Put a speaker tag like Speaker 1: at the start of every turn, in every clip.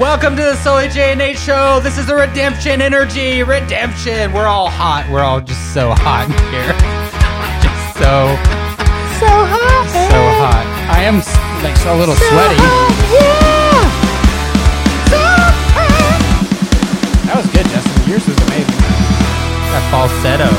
Speaker 1: Welcome to the Sully J and H show. This is the redemption energy. Redemption. We're all hot. We're all just so hot in here. just so
Speaker 2: So hot.
Speaker 1: so hot. I am s- like a little sweaty. That was good, Justin. Yours was amazing. That falsetto.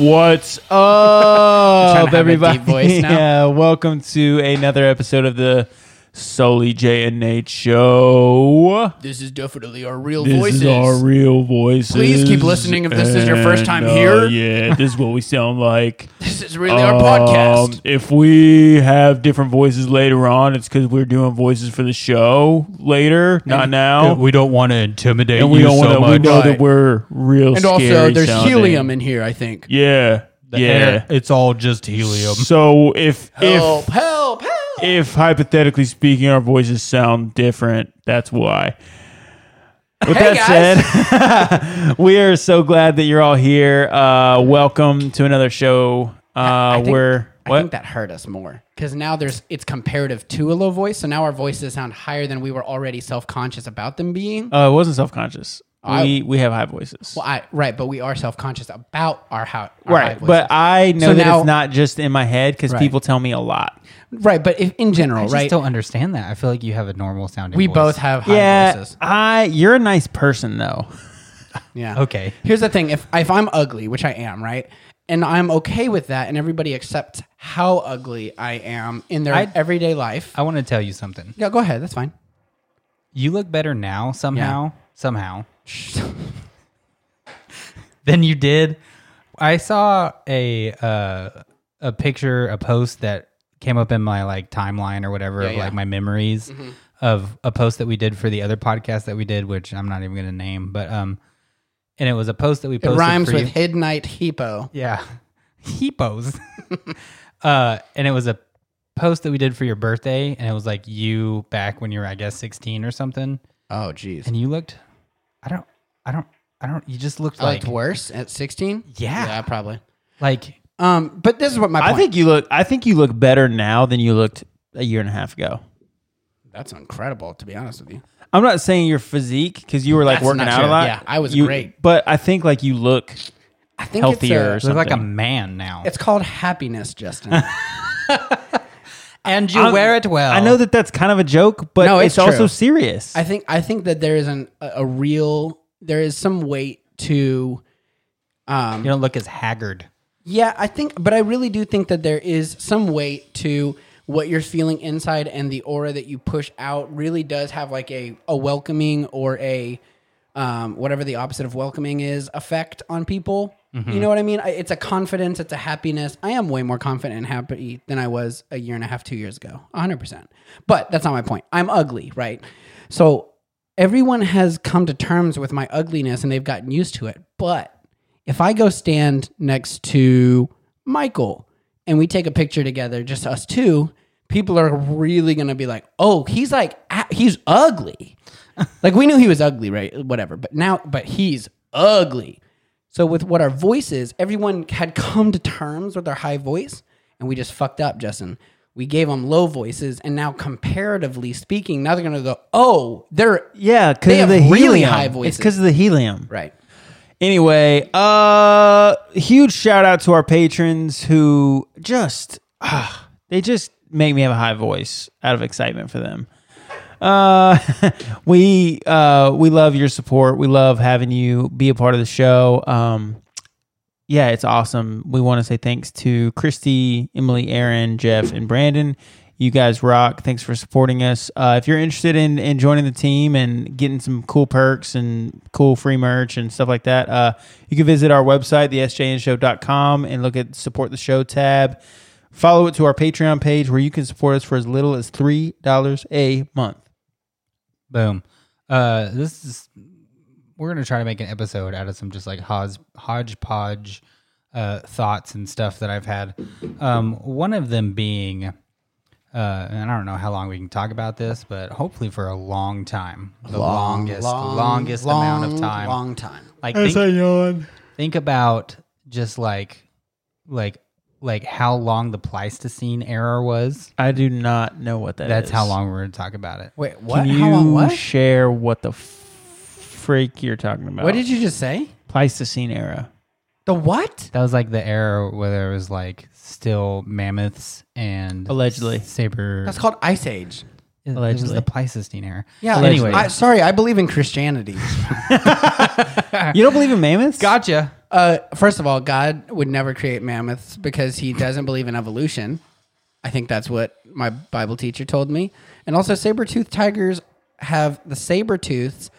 Speaker 2: What's
Speaker 1: trying to
Speaker 2: up,
Speaker 1: have a
Speaker 2: everybody?
Speaker 1: deep voice now.
Speaker 2: Yeah, Uh, welcome to another episode of the Sully J and Nate Show.
Speaker 3: This is definitely our real
Speaker 2: This
Speaker 3: voices.
Speaker 2: is our real voices.
Speaker 3: Please keep listening if this is your first time
Speaker 2: uh,
Speaker 3: here.
Speaker 2: yeah, this is what we sound like.
Speaker 3: this is really our
Speaker 2: Um,
Speaker 3: podcast.
Speaker 2: If we have different voices later on, it's because we're doing voices for the show later, not now.
Speaker 1: We don't want to intimidate
Speaker 2: and we
Speaker 1: you
Speaker 2: don't
Speaker 1: so
Speaker 2: want to. We
Speaker 1: much.
Speaker 2: know that
Speaker 3: Right.
Speaker 2: we're real.
Speaker 3: And also,
Speaker 2: scary
Speaker 3: there's
Speaker 2: sounding.
Speaker 3: helium in here, I think.
Speaker 2: Yeah,
Speaker 1: The
Speaker 2: yeah.
Speaker 1: air- it's all just helium.
Speaker 2: So if
Speaker 3: Help,
Speaker 2: if
Speaker 3: help, help.
Speaker 2: if hypothetically speaking, our voices sound different, that's why. With
Speaker 3: Hey,
Speaker 2: that said, we are so glad that you're all here. Uh, welcome to another show. Uh,
Speaker 3: I think-
Speaker 2: we're
Speaker 3: I
Speaker 2: what?
Speaker 3: think that hurt us more because now there's it's comparative to a low voice, so now our voices sound higher than we were already self conscious about them being.
Speaker 2: uh, it wasn't self conscious.
Speaker 3: I-
Speaker 2: We we have high voices,
Speaker 3: Well, I, right, but we are self conscious about our, how, our high
Speaker 2: right?
Speaker 3: voices.
Speaker 2: But I know
Speaker 3: So
Speaker 2: that
Speaker 3: now-
Speaker 2: it's not just in my head because
Speaker 3: Right.
Speaker 2: people tell me a lot.
Speaker 3: right, but if, in general,
Speaker 4: I
Speaker 3: right,
Speaker 4: just don't understand that. I feel like you have a normal sounding.
Speaker 3: we
Speaker 4: voice.
Speaker 3: both have high
Speaker 2: yeah,
Speaker 3: voices.
Speaker 2: I you're a nice person though.
Speaker 3: Yeah.
Speaker 4: Okay.
Speaker 3: Here's the thing: if if I'm ugly, which I am, right, and I'm okay with that, and everybody accepts how ugly I am in their
Speaker 4: I-
Speaker 3: everyday life.
Speaker 4: I want to tell you something.
Speaker 3: yeah, go ahead. That's fine.
Speaker 4: You look better now somehow, somehow, than you did. I saw a uh, a picture, a post that came up in my like timeline or whatever of
Speaker 3: yeah. Mm-hmm.
Speaker 4: like my memories of a post that we did for the other podcast that we did, which I'm not even going to name, but um, and it was a post that we
Speaker 3: It
Speaker 4: posted.
Speaker 3: rhymes
Speaker 4: for
Speaker 3: with
Speaker 4: you.
Speaker 3: Hidnight Hippo.
Speaker 4: Yeah. Hippos. uh, and it was a post that we did for your birthday, and it was like you back when you were, I guess, sixteen or something,
Speaker 3: Oh, jeez.
Speaker 4: and you looked. I don't. I don't. I don't. You just looked
Speaker 3: I
Speaker 4: like
Speaker 3: looked worse at 16.
Speaker 4: Yeah.
Speaker 3: Yeah, probably.
Speaker 4: like
Speaker 3: Um, but this is what my
Speaker 2: I
Speaker 3: point.
Speaker 2: think you look. I think you look better now than you looked a year and a half ago.
Speaker 3: that's incredible, to be honest with you.
Speaker 2: I'm not saying your physique because you were like
Speaker 3: That's
Speaker 2: working
Speaker 3: not
Speaker 2: out
Speaker 3: true.
Speaker 2: a lot.
Speaker 3: Yeah, I was
Speaker 2: You-
Speaker 3: great.
Speaker 2: but I think like you look.
Speaker 3: I think
Speaker 2: Healthier.
Speaker 3: It's,
Speaker 4: you look like a
Speaker 2: something.
Speaker 4: man now,
Speaker 3: a, it's called happiness, Justin.
Speaker 4: and you
Speaker 2: I'm-
Speaker 4: wear it well.
Speaker 2: I know that that's kind of a joke, but
Speaker 3: Oh. No,
Speaker 2: it's,
Speaker 3: it's
Speaker 2: also
Speaker 3: true.
Speaker 2: serious.
Speaker 3: I think I think that there is an a, a real there is some weight to um
Speaker 4: you don't look as haggard.
Speaker 3: Yeah, I think, but I really do think that there is some weight to what you're feeling inside, and the aura that you push out really does have like a a welcoming or a um, whatever the opposite of welcoming is effect on people. You know what I mean? I- It's a confidence, it's a happiness. I am way more confident and happy than I was a year and a half, two years ago, 100%. But that's not my point. I'm ugly, right? So everyone has come to terms with my ugliness and they've gotten used to it. But if I go stand next to Michael and we take a picture together, just us two, people are really gonna be like, "Oh, he's like ah, he's ugly." like we knew he was ugly, right? Whatever, but now, but he's ugly. So with what our voices, everyone had come to terms with our high voice, and we just fucked up, Justin. We gave them low voices, and now comparatively speaking, now they're gonna go, "Oh, they're
Speaker 2: yeah,
Speaker 3: They
Speaker 2: because of
Speaker 3: have
Speaker 2: the
Speaker 3: really
Speaker 2: helium.
Speaker 3: high
Speaker 2: It's
Speaker 3: voices.
Speaker 2: because of the helium.
Speaker 3: right."
Speaker 2: Anyway, uh, huge shout out to our patrons who just ah, they just make me have a high voice out of excitement for them. Uh, we uh, we love your support. We love having you be a part of the show. Um, yeah, it's awesome. We want to say thanks to Christy, Emily, Aaron, Jeff, and Brandon. You guys rock. Thanks for supporting us. Uh, if you're interested in, in joining the team and getting some cool perks and cool free merch and stuff like that, uh, you can visit our website, thesjnshow.com, and look at support the show tab. Follow it to our Patreon page where you can support us for as little as $3 a month.
Speaker 4: Boom. Uh, this is we're gonna try to make an episode out of some just like hos, hodgepodge uh, thoughts and stuff that I've had. Um, one of them being, uh, and I don't know how long we can talk about this, but hopefully for a long time, the longest, longest amount of
Speaker 3: long,
Speaker 4: time.
Speaker 3: long time.
Speaker 4: Like think, think about just like like like how long the Pleistocene era was?
Speaker 2: I do not know what that
Speaker 4: That's
Speaker 2: is.
Speaker 4: how long we're going to talk about it.
Speaker 3: Wait, what?
Speaker 2: Can you
Speaker 3: How long what?
Speaker 2: share what the f- freak you're talking about?
Speaker 3: what did you just say?
Speaker 2: Pleistocene era?
Speaker 3: The what?
Speaker 4: That was like the era where there was like still mammoths and
Speaker 2: Allegedly.
Speaker 4: saber.
Speaker 3: That's called Ice
Speaker 4: it,
Speaker 3: Age.
Speaker 4: It was
Speaker 2: Allegedly.
Speaker 4: the Pleistocene era.
Speaker 3: Yeah.
Speaker 2: Allegedly.
Speaker 3: I, sorry, I believe in Christianity.
Speaker 2: You don't believe in mammoths?
Speaker 1: Gotcha.
Speaker 3: Uh, first of all, God would never create mammoths because he doesn't believe in evolution. I think that's what my Bible teacher told me. And also, saber toothed tigers have the saber tooths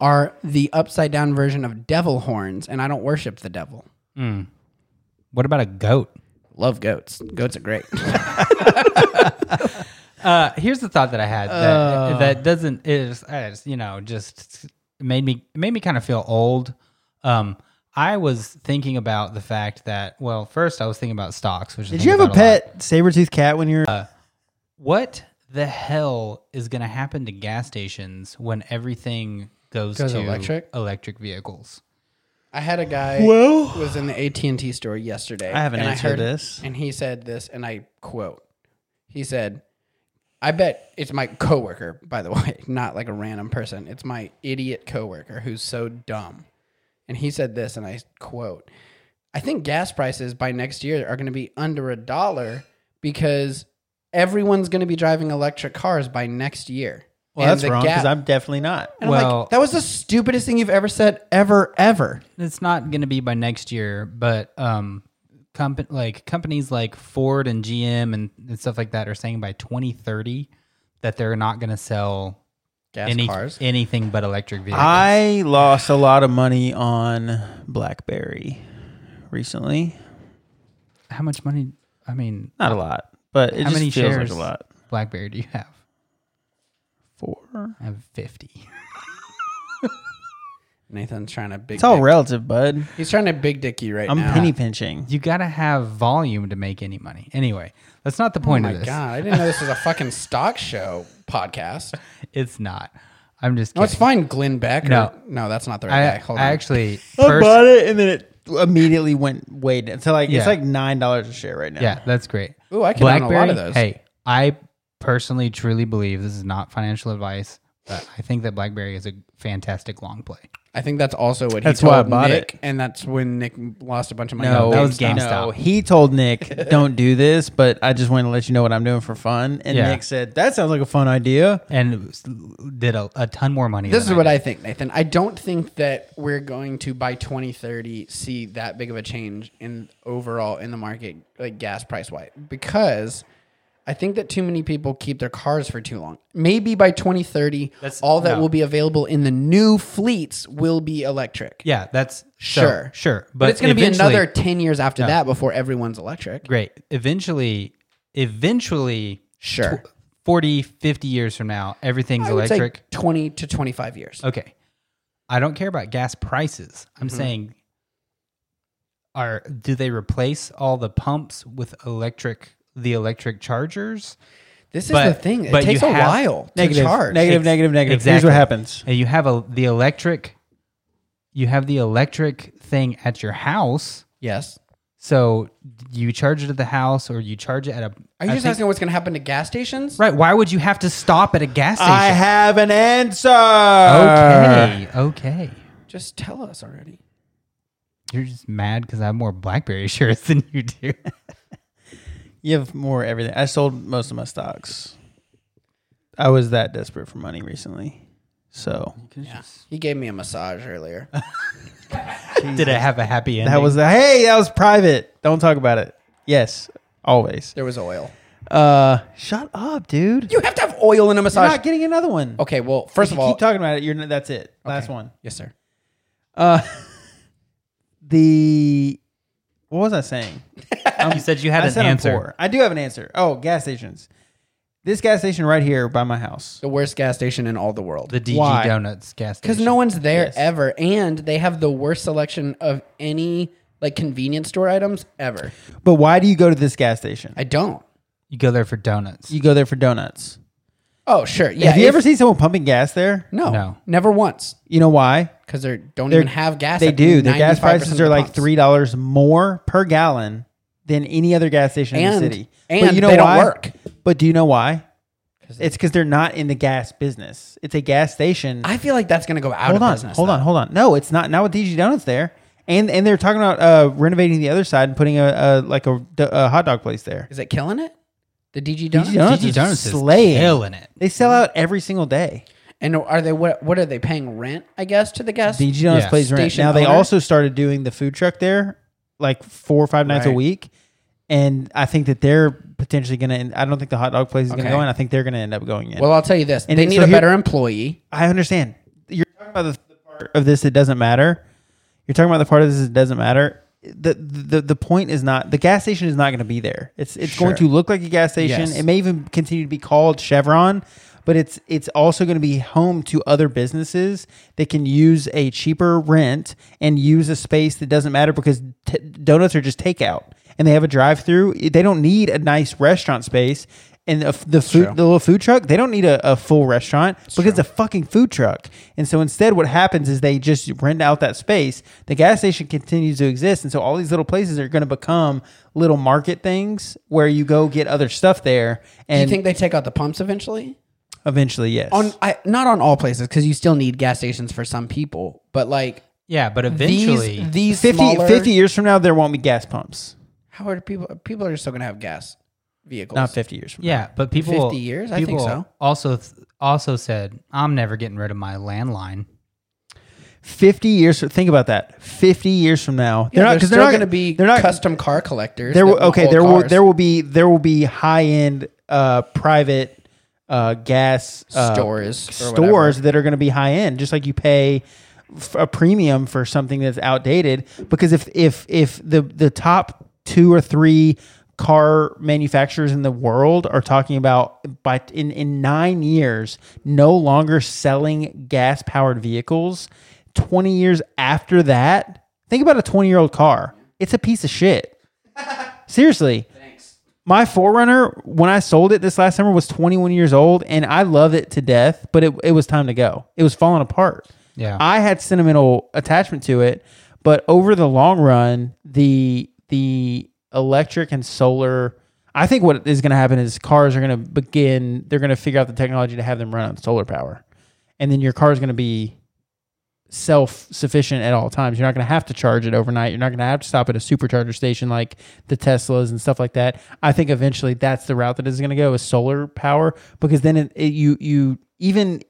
Speaker 3: are the upside down version of devil horns, and I don't worship the devil.
Speaker 4: What about a goat?
Speaker 3: Love goats. Goats are great.
Speaker 4: Uh, here's the thought that I had that,
Speaker 2: Uh.
Speaker 4: that doesn't is is, you know just made me made me kind of feel old. Um, I was thinking about the fact that well, first I was thinking about stocks. Which I
Speaker 2: Did
Speaker 4: think
Speaker 2: you have a Uh,
Speaker 4: about lot.
Speaker 2: pet saber tooth cat when you were?
Speaker 4: What the hell is going to happen to gas stations when everything goes,
Speaker 3: Goes
Speaker 4: to
Speaker 3: electric?
Speaker 4: electric vehicles?
Speaker 3: I had a guy
Speaker 2: Well-
Speaker 3: was in the AT and T store yesterday.
Speaker 2: I have an
Speaker 3: and
Speaker 2: answer to this.
Speaker 3: and he said this, and I quote: He said, "I bet it's my coworker, by the way, not like a random person. It's my idiot coworker who's so dumb." And he said this, and I quote: "I think gas prices by next year are going to be under a dollar because everyone's going to be driving electric cars by next year."
Speaker 2: well,
Speaker 3: And
Speaker 2: that's
Speaker 3: the
Speaker 2: wrong because
Speaker 3: gap-
Speaker 2: I'm definitely not.
Speaker 3: And I'm
Speaker 4: Well-
Speaker 3: like, that was the stupidest thing you've ever said, ever, ever.
Speaker 4: It's not going to be by next year, but um, compa- like companies like Ford and GM and, and stuff like that are saying by 2030 that they're not going to sell
Speaker 3: Gas
Speaker 4: any,
Speaker 3: cars.
Speaker 4: anything but electric vehicles.
Speaker 2: I lost a lot of money on BlackBerry recently.
Speaker 4: How much money? I mean,
Speaker 2: Not a lot, but it
Speaker 4: how
Speaker 2: just
Speaker 4: many
Speaker 2: feels
Speaker 4: shares?
Speaker 2: like a lot.
Speaker 4: BlackBerry, do you have?
Speaker 2: Four.
Speaker 4: I have 50.
Speaker 3: Nathan's trying to big.
Speaker 2: It's all
Speaker 3: dick-
Speaker 2: relative, bud.
Speaker 3: He's trying to big dick you right
Speaker 2: I'm
Speaker 3: now.
Speaker 2: penny pinching.
Speaker 4: You got to have volume to make any money. Anyway, that's not the
Speaker 3: Oh
Speaker 4: point
Speaker 3: my
Speaker 4: of this.
Speaker 3: god! I didn't know this was a fucking stock show podcast.
Speaker 4: It's not. I'm just kidding.
Speaker 3: No, it's fine, Glenn Beck.
Speaker 4: No.
Speaker 3: or, no, that's not the right
Speaker 4: I,
Speaker 3: guy. Hold
Speaker 4: I
Speaker 3: on. Oh,
Speaker 4: actually
Speaker 2: I
Speaker 4: first-
Speaker 2: bought it and then it immediately went way down. So like
Speaker 4: Yeah.
Speaker 2: it's like nine dollars a share right now.
Speaker 4: yeah, that's great.
Speaker 3: Ooh, I can own a lot of those.
Speaker 4: Hey, I personally truly believe this is not financial advice, but I think that BlackBerry is a fantastic long play.
Speaker 3: I think that's also what he
Speaker 2: That's
Speaker 3: told
Speaker 2: why I bought
Speaker 3: Nick,
Speaker 2: it.
Speaker 3: and that's when Nick lost a bunch of money.
Speaker 2: No,
Speaker 3: on
Speaker 4: that was
Speaker 3: GameStop.
Speaker 4: GameStop.
Speaker 2: No, he told Nick, "Don't do this," but I just wanted to let you know what I'm doing for fun. And
Speaker 4: Yeah.
Speaker 2: Nick said, "That sounds like a fun idea."
Speaker 4: And it was- did a, a ton more money.
Speaker 3: This
Speaker 4: than
Speaker 3: is what
Speaker 4: did.
Speaker 3: I think, Nathan. I don't think that we're going to by 2030 see that big of a change in overall in the market, like gas price wise, because I think that too many people keep their cars for too long. Maybe by 2030,
Speaker 4: That's-
Speaker 3: all that
Speaker 4: no.
Speaker 3: will be available in the new fleets will be electric.
Speaker 4: Yeah, that's so,
Speaker 3: Sure.
Speaker 4: sure. But,
Speaker 3: But, it's going to be
Speaker 4: eventually-
Speaker 3: another 10 years after that before everyone's electric.
Speaker 4: great. Eventually, eventually,
Speaker 3: Sure.
Speaker 4: tw- 40, 50 years from now, everything's
Speaker 3: I would say
Speaker 4: electric. Uh,
Speaker 3: 20 to 25 years.
Speaker 4: Okay. I don't care about gas prices. I'm
Speaker 2: Mm-hmm.
Speaker 4: saying are do they replace all the pumps with electric the electric chargers?
Speaker 3: This is
Speaker 4: But-
Speaker 3: the thing. It
Speaker 4: but
Speaker 3: takes
Speaker 4: you
Speaker 3: a
Speaker 4: have-
Speaker 3: while to
Speaker 2: Negative,
Speaker 3: charge.
Speaker 2: negative,
Speaker 4: Ex-
Speaker 2: negative, negative. Here's
Speaker 4: exactly.
Speaker 2: what happens.
Speaker 4: And you have a the electric you have the electric thing at your house.
Speaker 3: Yes.
Speaker 4: So you charge it at the house or you charge it at a
Speaker 3: Are you
Speaker 4: I
Speaker 3: just
Speaker 4: think-
Speaker 3: asking what's going to happen to gas stations?
Speaker 4: Right, why would you have to stop at a gas station?
Speaker 2: I have an answer.
Speaker 4: okay, okay.
Speaker 3: Just tell us already.
Speaker 4: You're just mad because I have more BlackBerry shirts than you do.
Speaker 2: You have more everything. I sold most of my stocks. I was that desperate for money recently. So
Speaker 3: He gave me a massage earlier.
Speaker 4: Did it have a happy ending?
Speaker 2: that was a, hey, that was private. Don't talk about it. Yes, always.
Speaker 3: there was oil.
Speaker 2: Uh, shut up, dude.
Speaker 3: You have to have oil in a
Speaker 2: You're
Speaker 3: massage.
Speaker 2: not getting another one.
Speaker 3: okay, well, first
Speaker 2: If
Speaker 3: of
Speaker 2: you
Speaker 3: all,
Speaker 2: keep talking about it. You're n- that's it. Last
Speaker 3: Okay.
Speaker 2: one.
Speaker 3: yes, sir.
Speaker 2: Uh, the what was I saying?
Speaker 4: you said you had
Speaker 2: Um, I
Speaker 4: an
Speaker 2: said I'm
Speaker 4: answer.
Speaker 2: poor. I do have an answer. Oh, gas stations. This gas station right here by my house.
Speaker 3: The worst gas station in all the world.
Speaker 4: The DG
Speaker 2: Why?
Speaker 4: Donuts gas station.
Speaker 3: Because no one's there
Speaker 2: Yes.
Speaker 3: ever, and they have the worst selection of any like convenience store items ever.
Speaker 2: But why do you go to this gas station?
Speaker 3: I don't.
Speaker 4: you go there for donuts.
Speaker 2: You go there for donuts.
Speaker 3: Oh, sure. Yeah.
Speaker 2: have you
Speaker 3: if-
Speaker 2: ever seen someone pumping gas there?
Speaker 3: No,
Speaker 4: No.
Speaker 3: never once.
Speaker 2: You know why?
Speaker 3: Because they don't
Speaker 2: They're-
Speaker 3: even have gas.
Speaker 2: They
Speaker 3: at
Speaker 2: do. The gas
Speaker 3: 95% of
Speaker 2: prices
Speaker 3: the
Speaker 2: are like
Speaker 3: pumps.
Speaker 2: three dollars more per gallon than any other gas station in the
Speaker 3: And-
Speaker 2: city.
Speaker 3: and they don't
Speaker 2: why?
Speaker 3: work.
Speaker 2: But do you know why? It's because they're not in the gas business. It's a gas station.
Speaker 3: I feel like that's going to go out
Speaker 2: hold
Speaker 3: of
Speaker 2: on,
Speaker 3: business.
Speaker 2: hold on, hold on. No, it's not. Not with DG Donuts there. And and they're talking about uh, renovating the other side and putting a, a like a, a hot dog place there.
Speaker 3: Is it killing it? The DG
Speaker 2: DG
Speaker 3: Donuts?
Speaker 2: Donuts,
Speaker 4: DG Donuts
Speaker 2: is
Speaker 4: is
Speaker 2: slaying.
Speaker 4: killing it.
Speaker 2: They sell out every single day.
Speaker 3: And are they what? What are they paying rent? I guess to the guests.
Speaker 2: DG Donuts
Speaker 4: Yeah.
Speaker 2: plays rent.
Speaker 3: Station
Speaker 2: Now they
Speaker 3: owner.
Speaker 2: also started doing the food truck there, like four or five nights a
Speaker 3: Right.
Speaker 2: week. And I think that they're potentially going to. end I don't think the hot dog place is going
Speaker 3: Okay.
Speaker 2: to go in. I think they're going to end up going in.
Speaker 3: Well, I'll tell you this:
Speaker 2: And
Speaker 3: they
Speaker 2: it-
Speaker 3: need
Speaker 2: so
Speaker 3: a
Speaker 2: here-
Speaker 3: better employee.
Speaker 2: I understand. You're talking about the, the part of this that doesn't matter. You're talking about the part of this that doesn't matter. The the, the point is not the gas station is not going to be there. It's it's going to
Speaker 3: Sure.
Speaker 2: look like a gas station.
Speaker 3: Yes.
Speaker 2: It may even continue to be called Chevron, but it's it's also going to be home to other businesses that can use a cheaper rent and use a space that doesn't matter because t- donuts are just takeout and they have a drive-through. They don't need a nice restaurant space. And the f- the food,
Speaker 3: true.
Speaker 2: the little food truck, they don't need a, a full restaurant because it's a fucking food truck. And so instead, what happens is they just rent out that space. The gas station continues to exist. And so all these little places are going to become little market things where you go get other stuff there.
Speaker 3: Do
Speaker 2: And
Speaker 3: you think they take out the pumps eventually?
Speaker 2: eventually, yes.
Speaker 3: On I, not on all places because you still need gas stations for some people, but like
Speaker 4: Yeah, but eventually,
Speaker 3: these these
Speaker 2: 50,
Speaker 3: smaller,
Speaker 2: 50 years from now, there won't be gas pumps.
Speaker 3: How are people? People are still going to have gas vehicles.
Speaker 2: Not 50 years from now.
Speaker 4: yeah, but people
Speaker 3: 50 years? I think
Speaker 4: people
Speaker 3: so.
Speaker 4: Also, th- also said, I'm never getting rid of my landline.
Speaker 2: 50 years. Think about that. 50 years from now.
Speaker 3: Yeah, they're,
Speaker 2: not, because
Speaker 3: still going to be
Speaker 2: they're not,
Speaker 3: custom car collectors.
Speaker 2: there will
Speaker 3: that
Speaker 2: okay
Speaker 3: hold
Speaker 2: there will
Speaker 3: cars.
Speaker 2: there will be there will be high end uh private uh gas uh,
Speaker 3: Stores or
Speaker 2: stores that are going to be high end just like you pay f- a premium for something that's outdated because if if if the the top 2 or 3 car manufacturers in the world are talking about by in in 9 years no longer selling gas powered vehicles 20 years after that think about a 20 year old car it's a piece of shit Seriously. My Forerunner, when I sold it this last summer, was 21 years old, and I love it to death. But it, it was time to go. It was falling apart.
Speaker 4: Yeah.
Speaker 2: I had sentimental attachment to it, but over the long run, the the electric and solar. I think what is going to happen is cars are going to begin. They're going to figure out the technology to have them run on solar power, and then your car is going to be self sufficient at all times. You're not going to have to charge it overnight. You're not going to have to stop at a supercharger station like the Teslas and stuff like that. I think eventually that's the route that is going to go is solar power because then it, it, you you even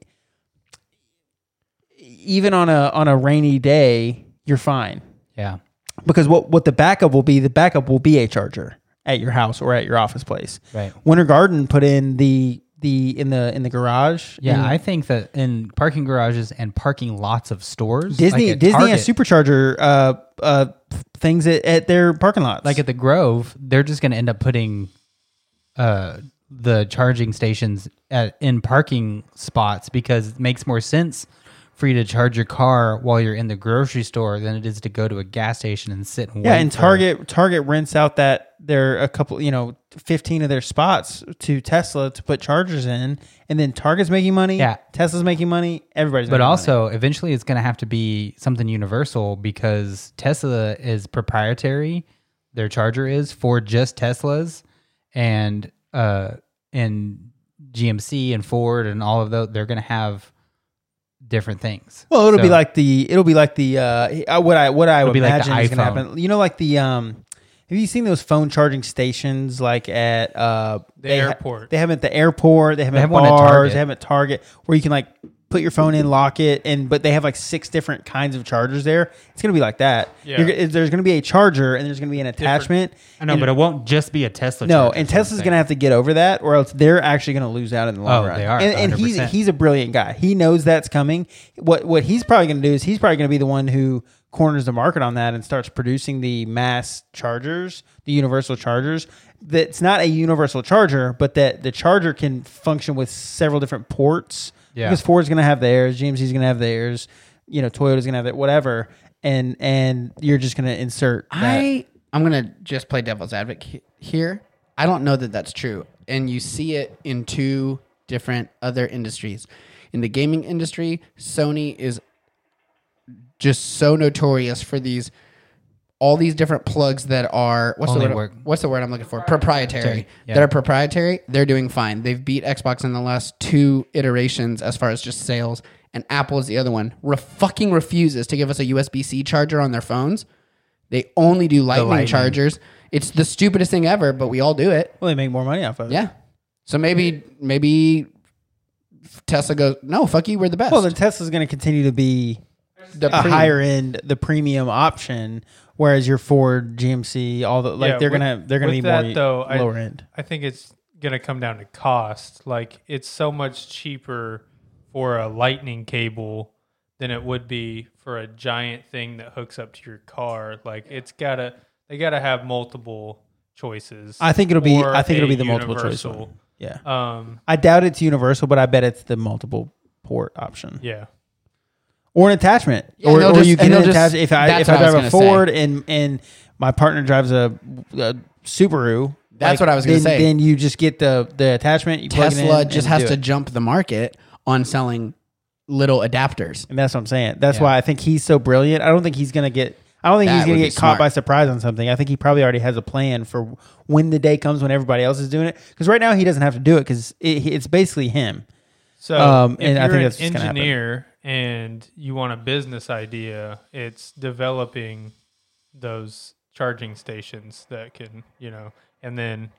Speaker 2: even on a on a rainy day you're fine
Speaker 4: Yeah,
Speaker 2: because what what the backup will be the backup will be a charger at your house or at your office place.
Speaker 4: Right.
Speaker 2: Winter Garden put in the the in the in the garage.
Speaker 4: yeah.
Speaker 2: and
Speaker 4: I think that in parking garages and parking lots of stores,
Speaker 2: Disney
Speaker 4: like at
Speaker 2: Disney
Speaker 4: Target,
Speaker 2: has supercharger uh uh things at, at their parking lots.
Speaker 4: like at the Grove, they're just going to end up putting uh, the charging stations at, in parking spots because it makes more sense for you to charge your car while you're in the grocery store than it is to go to a gas station and sit and
Speaker 2: yeah,
Speaker 4: wait
Speaker 2: and
Speaker 4: for-
Speaker 2: Target Target rents out that their a couple you know fifteen of their spots to Tesla to put chargers in, and then Target's making money.
Speaker 4: Yeah.
Speaker 2: Tesla's making money. Everybody's
Speaker 4: But
Speaker 2: making
Speaker 4: also, eventually, it's going to have to be something universal because Tesla is proprietary. Their charger is for just Teslas, and uh, and GMC and Ford and all of those. They're going to have different things.
Speaker 2: Well, it'll be
Speaker 4: So-
Speaker 2: like the it'll be like the uh, what I what I would
Speaker 4: be like the
Speaker 2: imagine is going to
Speaker 4: iPhone.
Speaker 2: happen. You know, like the um, have you seen those phone charging stations like at uh the
Speaker 5: airport.
Speaker 2: they have them at the airport. They have, them
Speaker 4: have
Speaker 2: at
Speaker 4: one at
Speaker 2: bars.
Speaker 4: Target.
Speaker 2: They have them at Target where you can like put your phone in, lock it, and but they have like six different kinds of chargers there. It's going to be like that.
Speaker 5: Yeah.
Speaker 2: You're g- there's going to be a charger and there's going to be an attachment.
Speaker 5: I know, but it won't just be a Tesla.
Speaker 2: No,
Speaker 5: charger,
Speaker 2: and
Speaker 5: is what I'm
Speaker 2: Tesla's
Speaker 5: saying.
Speaker 2: going to have to get over that, or else they're actually going to lose out in the long
Speaker 4: Oh,
Speaker 2: run.
Speaker 4: they are,
Speaker 2: And, and he's
Speaker 4: 100%.
Speaker 2: he's a brilliant guy. He knows that's coming. What what he's probably going to do is he's probably going to be the one who corners the market on that and starts producing the mass chargers, the universal chargers. That's not a universal charger, but that the charger can function with several different ports.
Speaker 4: Yeah.
Speaker 2: Because Ford's going to have theirs, GMC's going to have theirs, you know, Toyota's going to have it, whatever. And and you're just going to insert. that.
Speaker 3: I I'm gonna just play devil's advocate he- here. I don't know that that's true, and you see it in two different other industries. In the gaming industry, Sony is just so notorious for these all these different plugs that are what's
Speaker 4: Only
Speaker 3: the word?
Speaker 4: work-
Speaker 3: What's the word I'm looking for? Proprietary.
Speaker 4: Yeah.
Speaker 3: That are proprietary. They're doing fine. They've beat Xbox in the last two iterations as far as just sales. And Apple is the other one. Re- fucking refuses to give us a USB C charger on their phones. They only do lightning, chargers. It's the stupidest thing ever, but we all do it.
Speaker 2: Well, they make more money off of it.
Speaker 3: Yeah. So maybe maybe Tesla goes, no, fuck you, we're the best.
Speaker 2: Well, then Tesla's going to continue to be
Speaker 3: the
Speaker 2: a
Speaker 3: pre-
Speaker 2: higher end, the premium option, whereas your Ford, GMC, all the like
Speaker 6: Yeah,
Speaker 2: they're
Speaker 6: with-
Speaker 2: gonna they're gonna
Speaker 6: with
Speaker 2: be
Speaker 6: that,
Speaker 2: more
Speaker 6: though, I-
Speaker 2: lower end.
Speaker 6: I think it's gonna come down to cost. Like it's so much cheaper for a lightning cable than it would be for a giant thing that hooks up to your car. Like it's gotta they gotta have multiple choices.
Speaker 2: I think it'll be
Speaker 6: or
Speaker 2: I think it'll be
Speaker 6: a
Speaker 2: the multiple choice
Speaker 6: universal.
Speaker 2: one. Yeah,
Speaker 6: Um
Speaker 2: I doubt it's universal, but I bet it's the multiple port option
Speaker 6: yeah.
Speaker 2: or an attachment,
Speaker 3: Yeah,
Speaker 2: or,
Speaker 3: and they'll
Speaker 2: or
Speaker 3: just-
Speaker 2: you get
Speaker 3: and
Speaker 2: an
Speaker 3: they'll just-
Speaker 2: attachment. If I if
Speaker 3: that's
Speaker 2: I
Speaker 3: what I was
Speaker 2: drive a
Speaker 3: gonna say.
Speaker 2: Ford and and my partner drives a, a Subaru.
Speaker 3: That's what I was gonna
Speaker 2: then-
Speaker 3: say.
Speaker 2: Then you just get the the attachment. You plug it in
Speaker 3: Tesla just
Speaker 2: and
Speaker 3: has
Speaker 2: do
Speaker 3: to
Speaker 2: it.
Speaker 3: jump the market on selling little adapters.
Speaker 2: And that's what I'm saying. That's why I think he's so brilliant. I don't think he's gonna get. I don't think
Speaker 3: That
Speaker 2: he's gonna
Speaker 3: would be
Speaker 2: get caught
Speaker 3: smart.
Speaker 2: by surprise on something. I think he probably already has a plan for when the day comes when everybody else is doing it. Because right now he doesn't have to do it because it, it's basically him.
Speaker 6: So
Speaker 2: Um,
Speaker 6: if
Speaker 2: and I
Speaker 6: you're
Speaker 2: think
Speaker 6: an
Speaker 2: that's what's gonna happen.
Speaker 6: engineer and you want a business idea, it's developing those charging stations that can, you know, and then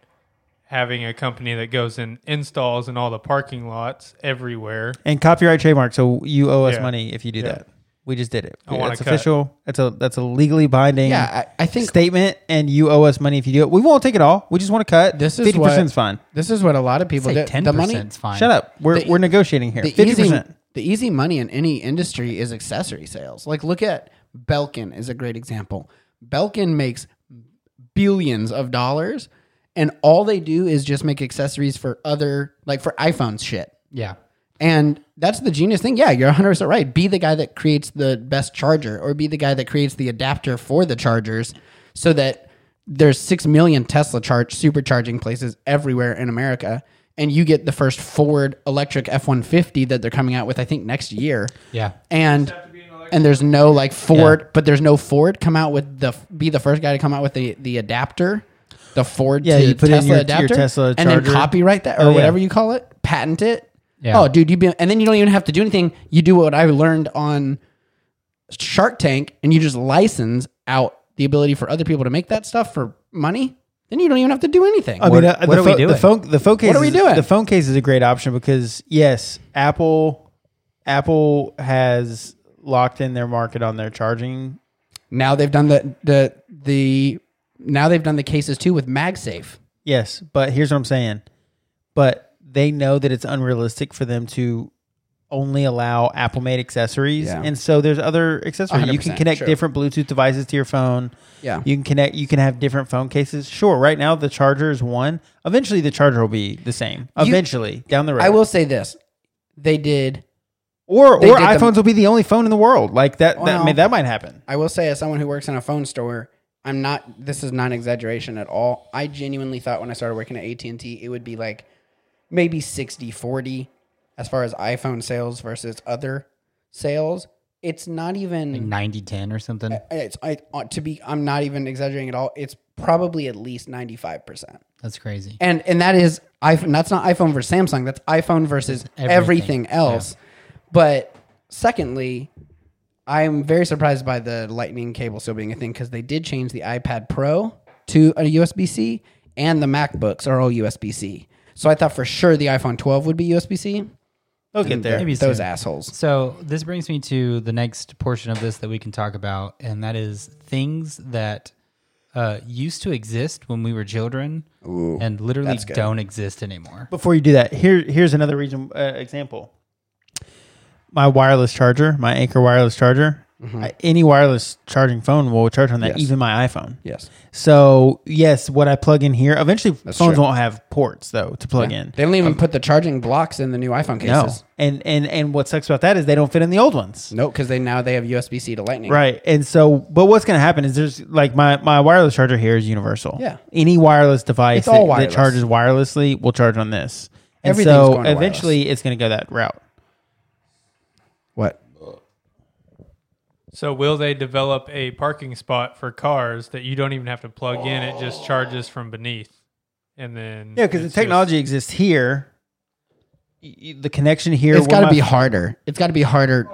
Speaker 6: having a company that goes and installs in all the parking lots everywhere.
Speaker 2: And copyright trademark, so you owe us
Speaker 6: Yeah.
Speaker 2: money if you do
Speaker 6: Yeah.
Speaker 2: that. We just did it.
Speaker 6: I wanna
Speaker 2: It's
Speaker 6: cut.
Speaker 2: official. That's a that's a legally binding
Speaker 3: Yeah, I, I think
Speaker 2: statement, and you owe us money if you do it. We won't take it all. We just want to cut.
Speaker 3: This is
Speaker 2: fifty percent
Speaker 3: what-
Speaker 2: is fine.
Speaker 3: this is what a lot of people
Speaker 4: Say
Speaker 3: do.
Speaker 4: ten
Speaker 3: The money,
Speaker 4: percent's fine.
Speaker 2: Shut up. We're
Speaker 3: The-
Speaker 2: we're negotiating here.
Speaker 3: the
Speaker 2: Fifty
Speaker 3: easy,
Speaker 2: percent.
Speaker 3: the easy money in any industry is accessory sales. Like look at Belkin is a great example. Belkin makes billions of dollars, and all they do is just make accessories for other, like for iPhones shit.
Speaker 4: Yeah.
Speaker 3: And that's the genius thing. Yeah, you're 100% right. Be the guy that creates the best charger or be the guy that creates the adapter for the chargers so that there's 6 million Tesla charge supercharging places everywhere in America and you get the first Ford electric F150 that they're coming out with I think next year.
Speaker 4: Yeah.
Speaker 3: And and there's no like Ford, but there's no Ford come out with the be the first guy to come out with the the adapter, the Ford
Speaker 2: Yeah,
Speaker 3: to
Speaker 2: you put in
Speaker 3: Tesla
Speaker 2: your- your
Speaker 3: adapter
Speaker 2: Tesla
Speaker 3: and then
Speaker 2: charger.
Speaker 3: copyright that or
Speaker 2: Oh, yeah.
Speaker 3: whatever you call it, patent it.
Speaker 4: Yeah.
Speaker 3: Oh, dude, you be and then you don't even have to do anything. You do what I learned on Shark Tank, and you just license out the ability for other people to make that stuff for money. Then you don't even have to do anything.
Speaker 2: I mean, uh,
Speaker 4: what
Speaker 2: the
Speaker 4: are we
Speaker 2: pho- The
Speaker 4: doing?
Speaker 2: phone, the phone case.
Speaker 3: What are we
Speaker 2: is-
Speaker 3: doing?
Speaker 2: The phone case is a great option because yes, Apple, Apple has locked in their market on their charging.
Speaker 3: now they've done the the the now they've done the cases too with MagSafe.
Speaker 2: Yes, but here's what I'm saying. But they know that it's unrealistic for them to only allow Apple made accessories,
Speaker 3: Yeah.
Speaker 2: and so there's other accessories. You can
Speaker 3: 100%,
Speaker 2: connect
Speaker 3: sure.
Speaker 2: different Bluetooth devices to your phone.
Speaker 3: Yeah.
Speaker 2: you can connect. You can have different phone cases. Sure, right now the charger is one. Eventually, the charger will be the same. Eventually, down the road.
Speaker 3: I will say this: they did.
Speaker 2: or
Speaker 3: They
Speaker 2: or
Speaker 3: did
Speaker 2: iPhones
Speaker 3: them-
Speaker 2: will be the only phone in the world. Like that, that I
Speaker 3: Well-
Speaker 2: mean, that might happen.
Speaker 3: I will say, as someone who works in a phone store, I'm not. This is not an exaggeration at all. I genuinely thought when I started working at AT and T, it would be like maybe 60-40 as far as iPhone sales versus other sales. It's not even.
Speaker 4: Like 90 10 or something.
Speaker 3: it's I, uh, to be. I'm not even exaggerating at all. It's probably at least ninety five percent.
Speaker 4: That's crazy.
Speaker 3: And and that is iPhone. That's not iPhone versus Samsung. That's iPhone versus everything,
Speaker 4: everything,
Speaker 3: else. But secondly, I'm very surprised by the Lightning cable still being a thing because they did change the iPad Pro to a USB C, and the MacBooks are all USB C. So I thought for sure the iPhone 12 would be USB C.
Speaker 2: They'll get there.
Speaker 4: Maybe
Speaker 3: Those
Speaker 4: soon.
Speaker 3: assholes.
Speaker 4: So this brings me to the next portion of this that we can talk about, and that is things that uh, used to exist when we were children and literally don't exist anymore.
Speaker 2: Before you do that, here here's another reason uh, example. My wireless charger, my Anchor wireless charger,
Speaker 3: Mm-hmm.
Speaker 2: uh, any wireless charging phone will charge on that, even my iPhone.
Speaker 3: Yes,
Speaker 2: So yes, what I plug in here, eventually phones
Speaker 3: true.
Speaker 2: won't have ports though to plug in.
Speaker 3: they don't even put the charging blocks in the new iPhone
Speaker 2: No,
Speaker 3: cases.
Speaker 2: and and and what sucks about that is they don't fit in the old ones.
Speaker 3: No, because they now they have USB C to Lightning.
Speaker 2: Right. And so, but what's going to happen is there's like my, my wireless charger here is universal.
Speaker 3: Yeah.
Speaker 2: Any wireless device
Speaker 3: It's all
Speaker 2: that, that
Speaker 3: wireless.
Speaker 2: charges wirelessly will charge on this. And
Speaker 3: Everything's
Speaker 2: so
Speaker 3: going to
Speaker 2: eventually it's going to go that route.
Speaker 3: What?
Speaker 6: So will they develop a parking spot for cars that you don't even have to plug in? It just charges from beneath, and then
Speaker 2: Yeah, because the
Speaker 6: it's
Speaker 2: technology exists here. Y- y- The connection here.
Speaker 3: It's
Speaker 2: will
Speaker 3: got to
Speaker 2: not-
Speaker 3: be harder. It's got to be harder.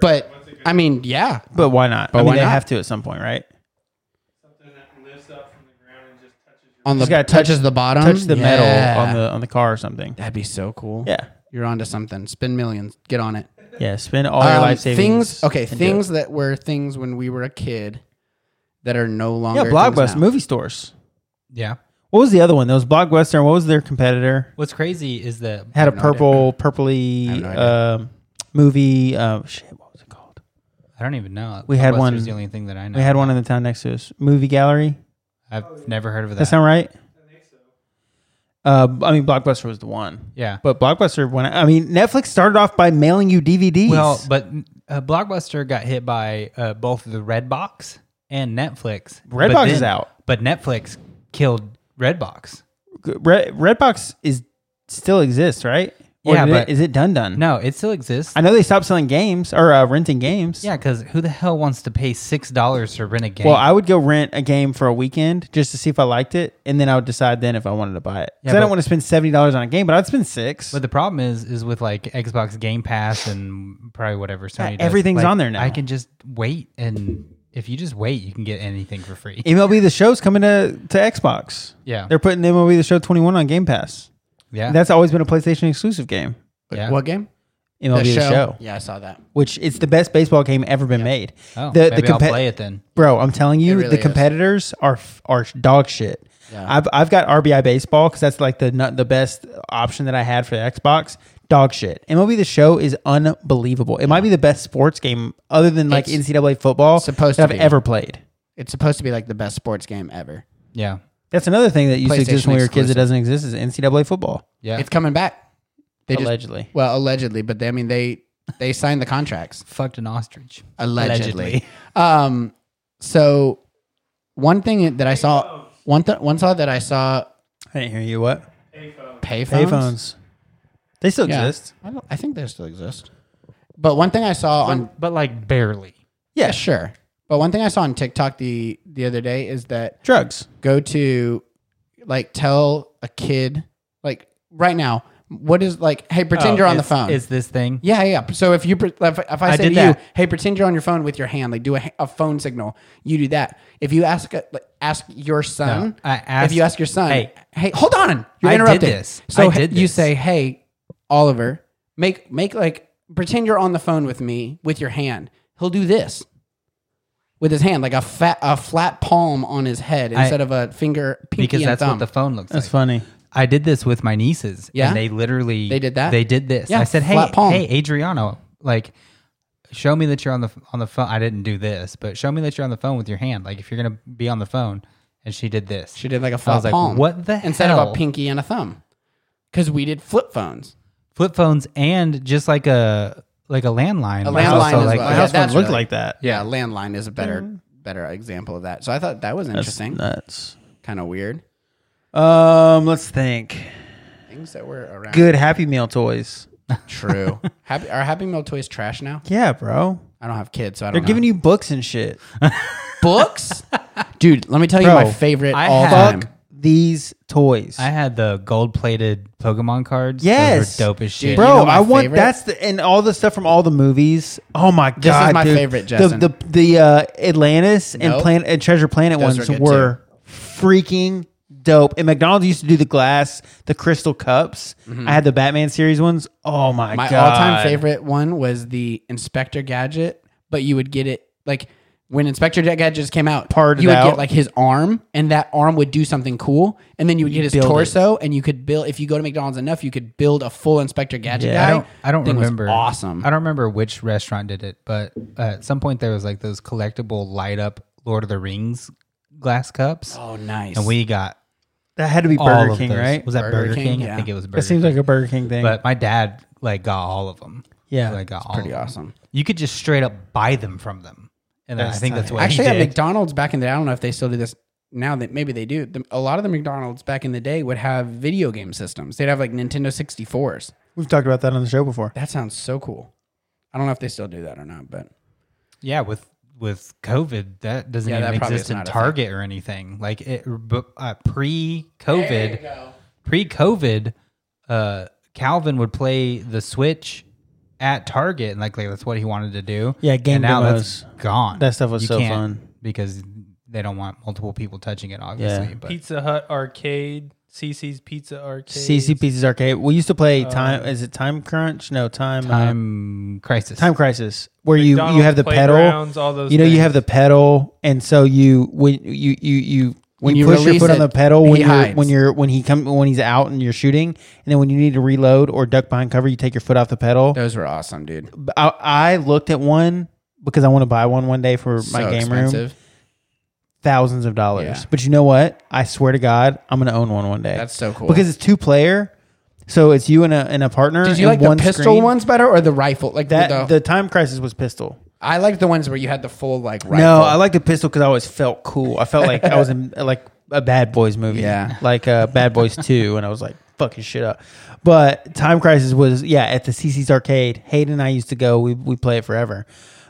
Speaker 3: But I mean, yeah,
Speaker 2: But why not? I mean,
Speaker 3: why
Speaker 2: they
Speaker 3: not?
Speaker 2: have to at some point, right?
Speaker 6: Just something that lifts up from the ground and just touches your.
Speaker 3: on the
Speaker 2: Just gotta touch-
Speaker 3: touches the bottom.
Speaker 2: Touch the metal on
Speaker 3: Mm, Yeah.
Speaker 2: the on the car or something.
Speaker 3: That'd be so cool.
Speaker 2: Yeah,
Speaker 3: You're onto something. Spend millions. Get on it.
Speaker 2: yeah. Spend all your
Speaker 3: Um,
Speaker 2: life savings.
Speaker 3: Things. Okay,
Speaker 2: and do
Speaker 3: things
Speaker 2: it.
Speaker 3: that were things when we were a kid that are no longer.
Speaker 2: Yeah,
Speaker 3: things
Speaker 2: Blockbuster
Speaker 3: now.
Speaker 2: movie stores.
Speaker 4: Yeah.
Speaker 2: What was the other one? There was Blockbuster. and What was their competitor?
Speaker 4: What's crazy is that
Speaker 2: Had a
Speaker 3: no
Speaker 2: purple,
Speaker 3: I have
Speaker 2: purpley
Speaker 3: no
Speaker 2: um, movie. Uh, shit, what was it called?
Speaker 4: I don't even know.
Speaker 2: We had
Speaker 4: Blockbuster's
Speaker 2: one-
Speaker 4: The only thing that I know.
Speaker 2: We had one in the town next to us. Movie gallery.
Speaker 4: I've never heard of that.
Speaker 2: That sound right? I think so. Uh, I mean, Blockbuster was the one.
Speaker 4: yeah.
Speaker 2: But Blockbuster went. I mean, Netflix started off by mailing you DVDs.
Speaker 4: Well, but uh, Blockbuster got hit by uh, both the Redbox and Netflix.
Speaker 2: Redbox
Speaker 4: But
Speaker 2: is out.
Speaker 4: but Netflix killed Redbox.
Speaker 2: Red, Redbox is still exists, right?
Speaker 4: Yeah,
Speaker 2: did it-
Speaker 4: but-
Speaker 2: is it done done?
Speaker 4: No, it still exists.
Speaker 2: I know they stopped selling games or uh, renting games.
Speaker 4: yeah, because who the hell wants to pay six dollars to rent a game?
Speaker 2: Well, I would go rent a game for a weekend just to see if I liked it, and then I would decide then if I wanted to buy it. Because
Speaker 4: Yeah,
Speaker 2: I don't
Speaker 4: but-
Speaker 2: want to spend seventy dollars on a game, but I'd spend six.
Speaker 4: but the problem is, is with like Xbox Game Pass and probably whatever Sony. does,
Speaker 2: everything's
Speaker 4: like,
Speaker 2: on there now.
Speaker 4: I can just wait, and if you just wait, you can get anything for free.
Speaker 2: MLB the Show's coming to to Xbox.
Speaker 4: yeah,
Speaker 2: They're putting MLB the Show twenty one on Game Pass.
Speaker 4: yeah,
Speaker 2: And that's always been a PlayStation exclusive game.
Speaker 4: yeah.
Speaker 3: What game?
Speaker 2: MLB the, show.
Speaker 3: Yeah, I saw that.
Speaker 2: which it's the best baseball game ever been made.
Speaker 4: Oh,
Speaker 2: the
Speaker 4: maybe
Speaker 2: the compe-
Speaker 4: I'll play it then.
Speaker 2: Bro, I'm telling you,
Speaker 3: really
Speaker 2: the
Speaker 3: is.
Speaker 2: competitors are f- are dog shit.
Speaker 3: Yeah.
Speaker 2: I've I've got RBI baseball because that's like the nut- the best option that I had for the Xbox. Dog shit. MLB the Show is unbelievable. It might be the best sports game other than like
Speaker 3: It's
Speaker 2: NCAA football
Speaker 3: supposed
Speaker 2: that
Speaker 3: to
Speaker 2: I've
Speaker 3: be.
Speaker 2: ever played.
Speaker 3: It's supposed to be like the best sports game ever.
Speaker 4: Yeah,
Speaker 2: That's another thing that used to exist
Speaker 3: PlayStation
Speaker 2: when we were kids that
Speaker 3: exclusive.
Speaker 2: doesn't exist is NCAA football.
Speaker 4: yeah.
Speaker 3: It's coming back. They just-
Speaker 2: allegedly,
Speaker 3: well, allegedly, but they, I mean they they signed the contracts
Speaker 4: fucked an ostrich.
Speaker 3: allegedly. Um, so one thing that I saw one th- one saw that I saw
Speaker 2: I didn't hear you. What
Speaker 3: payphones.
Speaker 2: payphones? They still
Speaker 3: Yeah.
Speaker 2: exist.
Speaker 3: I, don't, I think they still exist. But one thing I saw on
Speaker 4: Um, but like barely.
Speaker 3: yeah sure. But one thing I saw on TikTok the the other day is that
Speaker 2: Drugs.
Speaker 3: go to like tell a kid like right now what is like hey pretend you're on the phone
Speaker 4: Oh, Is this thing?
Speaker 3: yeah yeah so if you pre- if, if i,
Speaker 4: I
Speaker 3: say
Speaker 4: did
Speaker 3: to
Speaker 4: that.
Speaker 3: you hey pretend you're on your phone with your hand like do a, ha- a phone signal you do that if you ask a, like, ask your son
Speaker 4: I asked-
Speaker 3: if you ask your son
Speaker 4: Hey.
Speaker 3: hey, hold on you're
Speaker 4: I did
Speaker 3: interrupting
Speaker 4: this.
Speaker 3: so
Speaker 4: I did
Speaker 3: you
Speaker 4: this.
Speaker 3: say hey oliver make make like pretend you're on the phone with me with your hand he'll do this with his hand, like a fat, a flat palm on his head
Speaker 4: I-
Speaker 3: instead of a finger, pinky
Speaker 4: Because
Speaker 3: and
Speaker 4: that's
Speaker 3: thumb.
Speaker 4: what the phone looks
Speaker 2: That's
Speaker 4: like.
Speaker 2: funny.
Speaker 4: I did this with my nieces.
Speaker 3: Yeah?
Speaker 4: And they literally
Speaker 3: They did that?
Speaker 4: They did this.
Speaker 3: Yeah,
Speaker 4: I said, Hey,
Speaker 3: flat palm.
Speaker 4: hey, Adriano, like show me that you're on the on the phone. I didn't do this, but show me that you're on the phone with your hand. Like if you're gonna be on the phone. And she did this.
Speaker 3: She did like a
Speaker 4: I
Speaker 3: flat
Speaker 4: was like,
Speaker 3: palm.
Speaker 4: what the
Speaker 3: instead of
Speaker 4: hell?
Speaker 3: a pinky and a thumb, because we did flip phones.
Speaker 4: flip phones and just like a like a landline.
Speaker 3: A
Speaker 4: was
Speaker 3: landline
Speaker 4: also
Speaker 3: as
Speaker 4: like
Speaker 2: My
Speaker 3: well.
Speaker 4: that.
Speaker 3: Yeah,
Speaker 2: house phone
Speaker 3: that's
Speaker 2: looked
Speaker 3: really-
Speaker 2: like that.
Speaker 3: Yeah, landline is a better better example of that. So I thought that was interesting.
Speaker 2: That's
Speaker 3: Kind of weird
Speaker 2: nuts. Um, let's think.
Speaker 3: things that were around.
Speaker 2: Good Happy Meal toys.
Speaker 3: True. Happy are Happy Meal toys trash now?
Speaker 2: Yeah, bro.
Speaker 3: I don't have kids, so I
Speaker 2: They're
Speaker 3: don't.
Speaker 2: giving you books and shit.
Speaker 3: books, dude. Let me tell you
Speaker 2: Bro,
Speaker 3: my favorite
Speaker 4: I
Speaker 3: all
Speaker 4: have-
Speaker 3: time.
Speaker 2: Fuck these toys.
Speaker 4: I had the gold plated Pokemon cards. Those were
Speaker 2: yes,
Speaker 4: dope as shit.
Speaker 3: you
Speaker 2: bro.
Speaker 3: know my
Speaker 2: I want
Speaker 3: favorite?
Speaker 2: that's the and all the stuff from all the movies. Oh my god,
Speaker 3: is my
Speaker 2: dude.
Speaker 3: favorite,
Speaker 2: The-
Speaker 3: Justin.
Speaker 2: The the, uh, Atlantis and
Speaker 3: Nope.
Speaker 2: Planet and Treasure Planet
Speaker 3: Those
Speaker 2: ones
Speaker 3: were good
Speaker 2: were freaking dope. And McDonald's used to do the glass, the crystal cups. I had the Batman series ones. Oh Mm-hmm. my,
Speaker 3: My
Speaker 2: god,
Speaker 3: all time favorite one was the Inspector Gadget, but you would get it like when Inspector Gadget just came out,
Speaker 2: Parted
Speaker 3: you would
Speaker 2: out.
Speaker 3: get like his arm, and that arm would do something cool, and then you would get his
Speaker 2: build it.
Speaker 3: torso, and you could build. If you go to McDonald's enough, you could build a full Inspector Gadget
Speaker 2: Yeah,
Speaker 4: I
Speaker 3: guy.
Speaker 4: don't, I don't
Speaker 3: Thing was
Speaker 4: remember.
Speaker 3: awesome.
Speaker 4: I don't remember which restaurant did it, but uh, at some point there was like those collectible light up Lord of the Rings glass cups,
Speaker 3: Oh, nice.
Speaker 4: and we got
Speaker 2: That had to be
Speaker 4: all
Speaker 2: Burger
Speaker 4: of
Speaker 2: King,
Speaker 4: those.
Speaker 2: right?
Speaker 4: Was that Burger,
Speaker 3: Burger
Speaker 4: King?
Speaker 3: King?
Speaker 4: I
Speaker 3: Yeah.
Speaker 4: think it was Burger.
Speaker 2: That seems
Speaker 4: King.
Speaker 2: like a Burger King thing.
Speaker 4: But my dad like got all of them.
Speaker 2: Yeah,
Speaker 4: like got all
Speaker 3: pretty
Speaker 4: of them.
Speaker 3: awesome.
Speaker 4: You could just straight up buy them from them, and I think that's what
Speaker 3: Actually,
Speaker 4: he
Speaker 3: at
Speaker 4: did.
Speaker 3: McDonald's back in the day, I don't know if they still do this now. That maybe they do. The, a lot of the McDonald's back in the day would have video game systems. They'd have like Nintendo sixty fours.
Speaker 2: We've talked about that on the show before.
Speaker 3: That sounds so cool. I don't know if they still do that or not, but
Speaker 4: yeah with with COVID that doesn't
Speaker 3: Yeah, that
Speaker 4: even
Speaker 3: probably
Speaker 4: exist
Speaker 3: is
Speaker 4: in
Speaker 3: not a
Speaker 4: Target or anything. Like it bu- uh, pre
Speaker 3: There you
Speaker 4: COVID,
Speaker 3: go.
Speaker 4: pre COVID, uh, Calvin would play the Switch at Target, and like, like that's what he wanted to do.
Speaker 2: Yeah, game
Speaker 4: and now
Speaker 2: demos.
Speaker 4: that's gone.
Speaker 2: That stuff was so
Speaker 4: can't
Speaker 2: fun.
Speaker 4: because they don't want multiple people touching it. Obviously, but
Speaker 6: Pizza Hut Arcade, CC's Pizza Arcade.
Speaker 2: CC Pieces Arcade. We used to play time. Is it Time Crunch? No, Time. uh,
Speaker 4: Uh, time crisis.
Speaker 2: Time Crisis, where you you
Speaker 6: McDonald's
Speaker 2: have the pedal.
Speaker 6: playgrounds, all those
Speaker 2: You know, you
Speaker 6: things.
Speaker 2: have the pedal, and so you when you you you when you,
Speaker 3: you
Speaker 2: push your
Speaker 3: release
Speaker 2: foot on
Speaker 3: it,
Speaker 2: the pedal
Speaker 3: he
Speaker 2: when you're
Speaker 3: hides.
Speaker 2: when you're when he come when he's out and you're shooting, and then when you need to reload or duck behind cover, you take your foot off the pedal.
Speaker 3: Those were awesome, dude.
Speaker 2: I, I looked at one because I want to buy one one day for my
Speaker 3: so
Speaker 2: game room.
Speaker 3: expensive.
Speaker 2: Thousands of dollars,
Speaker 3: Yeah.
Speaker 2: but you know what? I swear to God, I'm gonna own one one day.
Speaker 3: That's so cool.
Speaker 2: because it's two player, so it's you and a and a partner.
Speaker 3: did you
Speaker 2: and
Speaker 3: like the
Speaker 2: one
Speaker 3: pistol
Speaker 2: screen.
Speaker 3: ones better or the rifle? Like
Speaker 2: That
Speaker 3: the,
Speaker 2: the time crisis was pistol.
Speaker 3: I liked the ones where you had the full like rifle.
Speaker 2: No, I like the pistol because I always felt cool. I felt like I was in like a Bad Boys movie,
Speaker 3: Yeah.
Speaker 2: like uh, Bad Boys Two, and I was like fucking shit up. But Time Crisis was yeah at the CC's arcade. Hayden and I used to go. We we play it forever.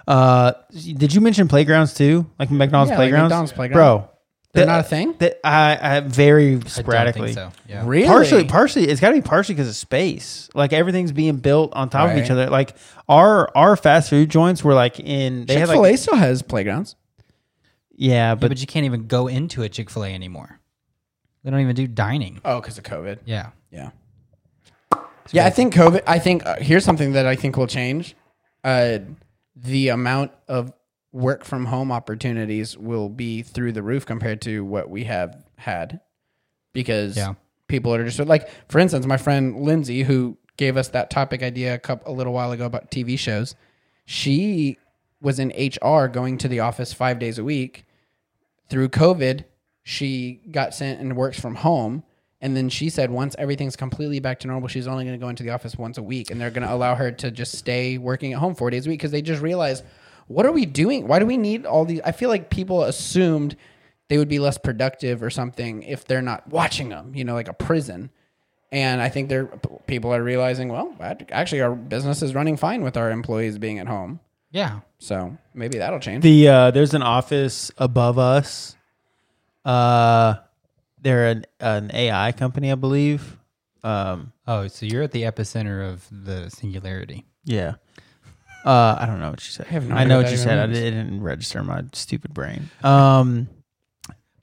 Speaker 2: Uh, did you mention playgrounds too? Like McDonald's
Speaker 3: Yeah, like
Speaker 2: playgrounds,
Speaker 3: McDonald's playground.
Speaker 2: bro.
Speaker 3: They're
Speaker 2: that-
Speaker 3: not a thing?
Speaker 2: that- I, I very
Speaker 4: I don't
Speaker 2: sporadically.
Speaker 4: think so. Yeah.
Speaker 3: really
Speaker 2: Partially, partially, it's got to be partially because of space. Like everything's being built on top of each
Speaker 3: Right.
Speaker 2: other. Like our our fast food joints were like in they
Speaker 3: Chick
Speaker 2: had
Speaker 3: Fil A
Speaker 2: like
Speaker 3: still has playgrounds.
Speaker 2: yeah,
Speaker 4: Yeah,
Speaker 2: but
Speaker 4: but you can't even go into a Chick Fil A anymore. They don't even do dining.
Speaker 3: Oh, because of COVID.
Speaker 4: Yeah,
Speaker 3: Yeah. Yeah, I think COVID. I think uh, here's something that I think will change. Uh, the amount of work from home opportunities will be through the roof compared to what we have had, because
Speaker 4: Yeah.
Speaker 3: people are just like, for instance, my friend Lindsay, who gave us that topic idea a couple a little while ago about TV shows, she was in HR going to the office five days a week through COVID, she got sent and works from home. And then she said once everything's completely back to normal, she's only going to go into the office once a week. And they're going to allow her to just stay working at home four days a week because they just realized, what are we doing? Why do we need all these? I feel like people assumed they would be less productive or something if they're not watching them, you know, like a prison. And I think they're, people are realizing, well, actually, our business is running fine with our employees being at home.
Speaker 4: yeah.
Speaker 3: So maybe that'll change.
Speaker 2: the uh, there's an office above us. Uh, they're an, an AI company, I believe. Um,
Speaker 4: Oh, so you're at the epicenter of the singularity.
Speaker 2: yeah. Uh, I don't know what you said. I,
Speaker 3: have no
Speaker 2: know
Speaker 3: idea
Speaker 2: what
Speaker 3: what
Speaker 2: you
Speaker 3: that
Speaker 2: said.
Speaker 3: even
Speaker 2: I
Speaker 3: means.
Speaker 2: didn't register my stupid brain. Um,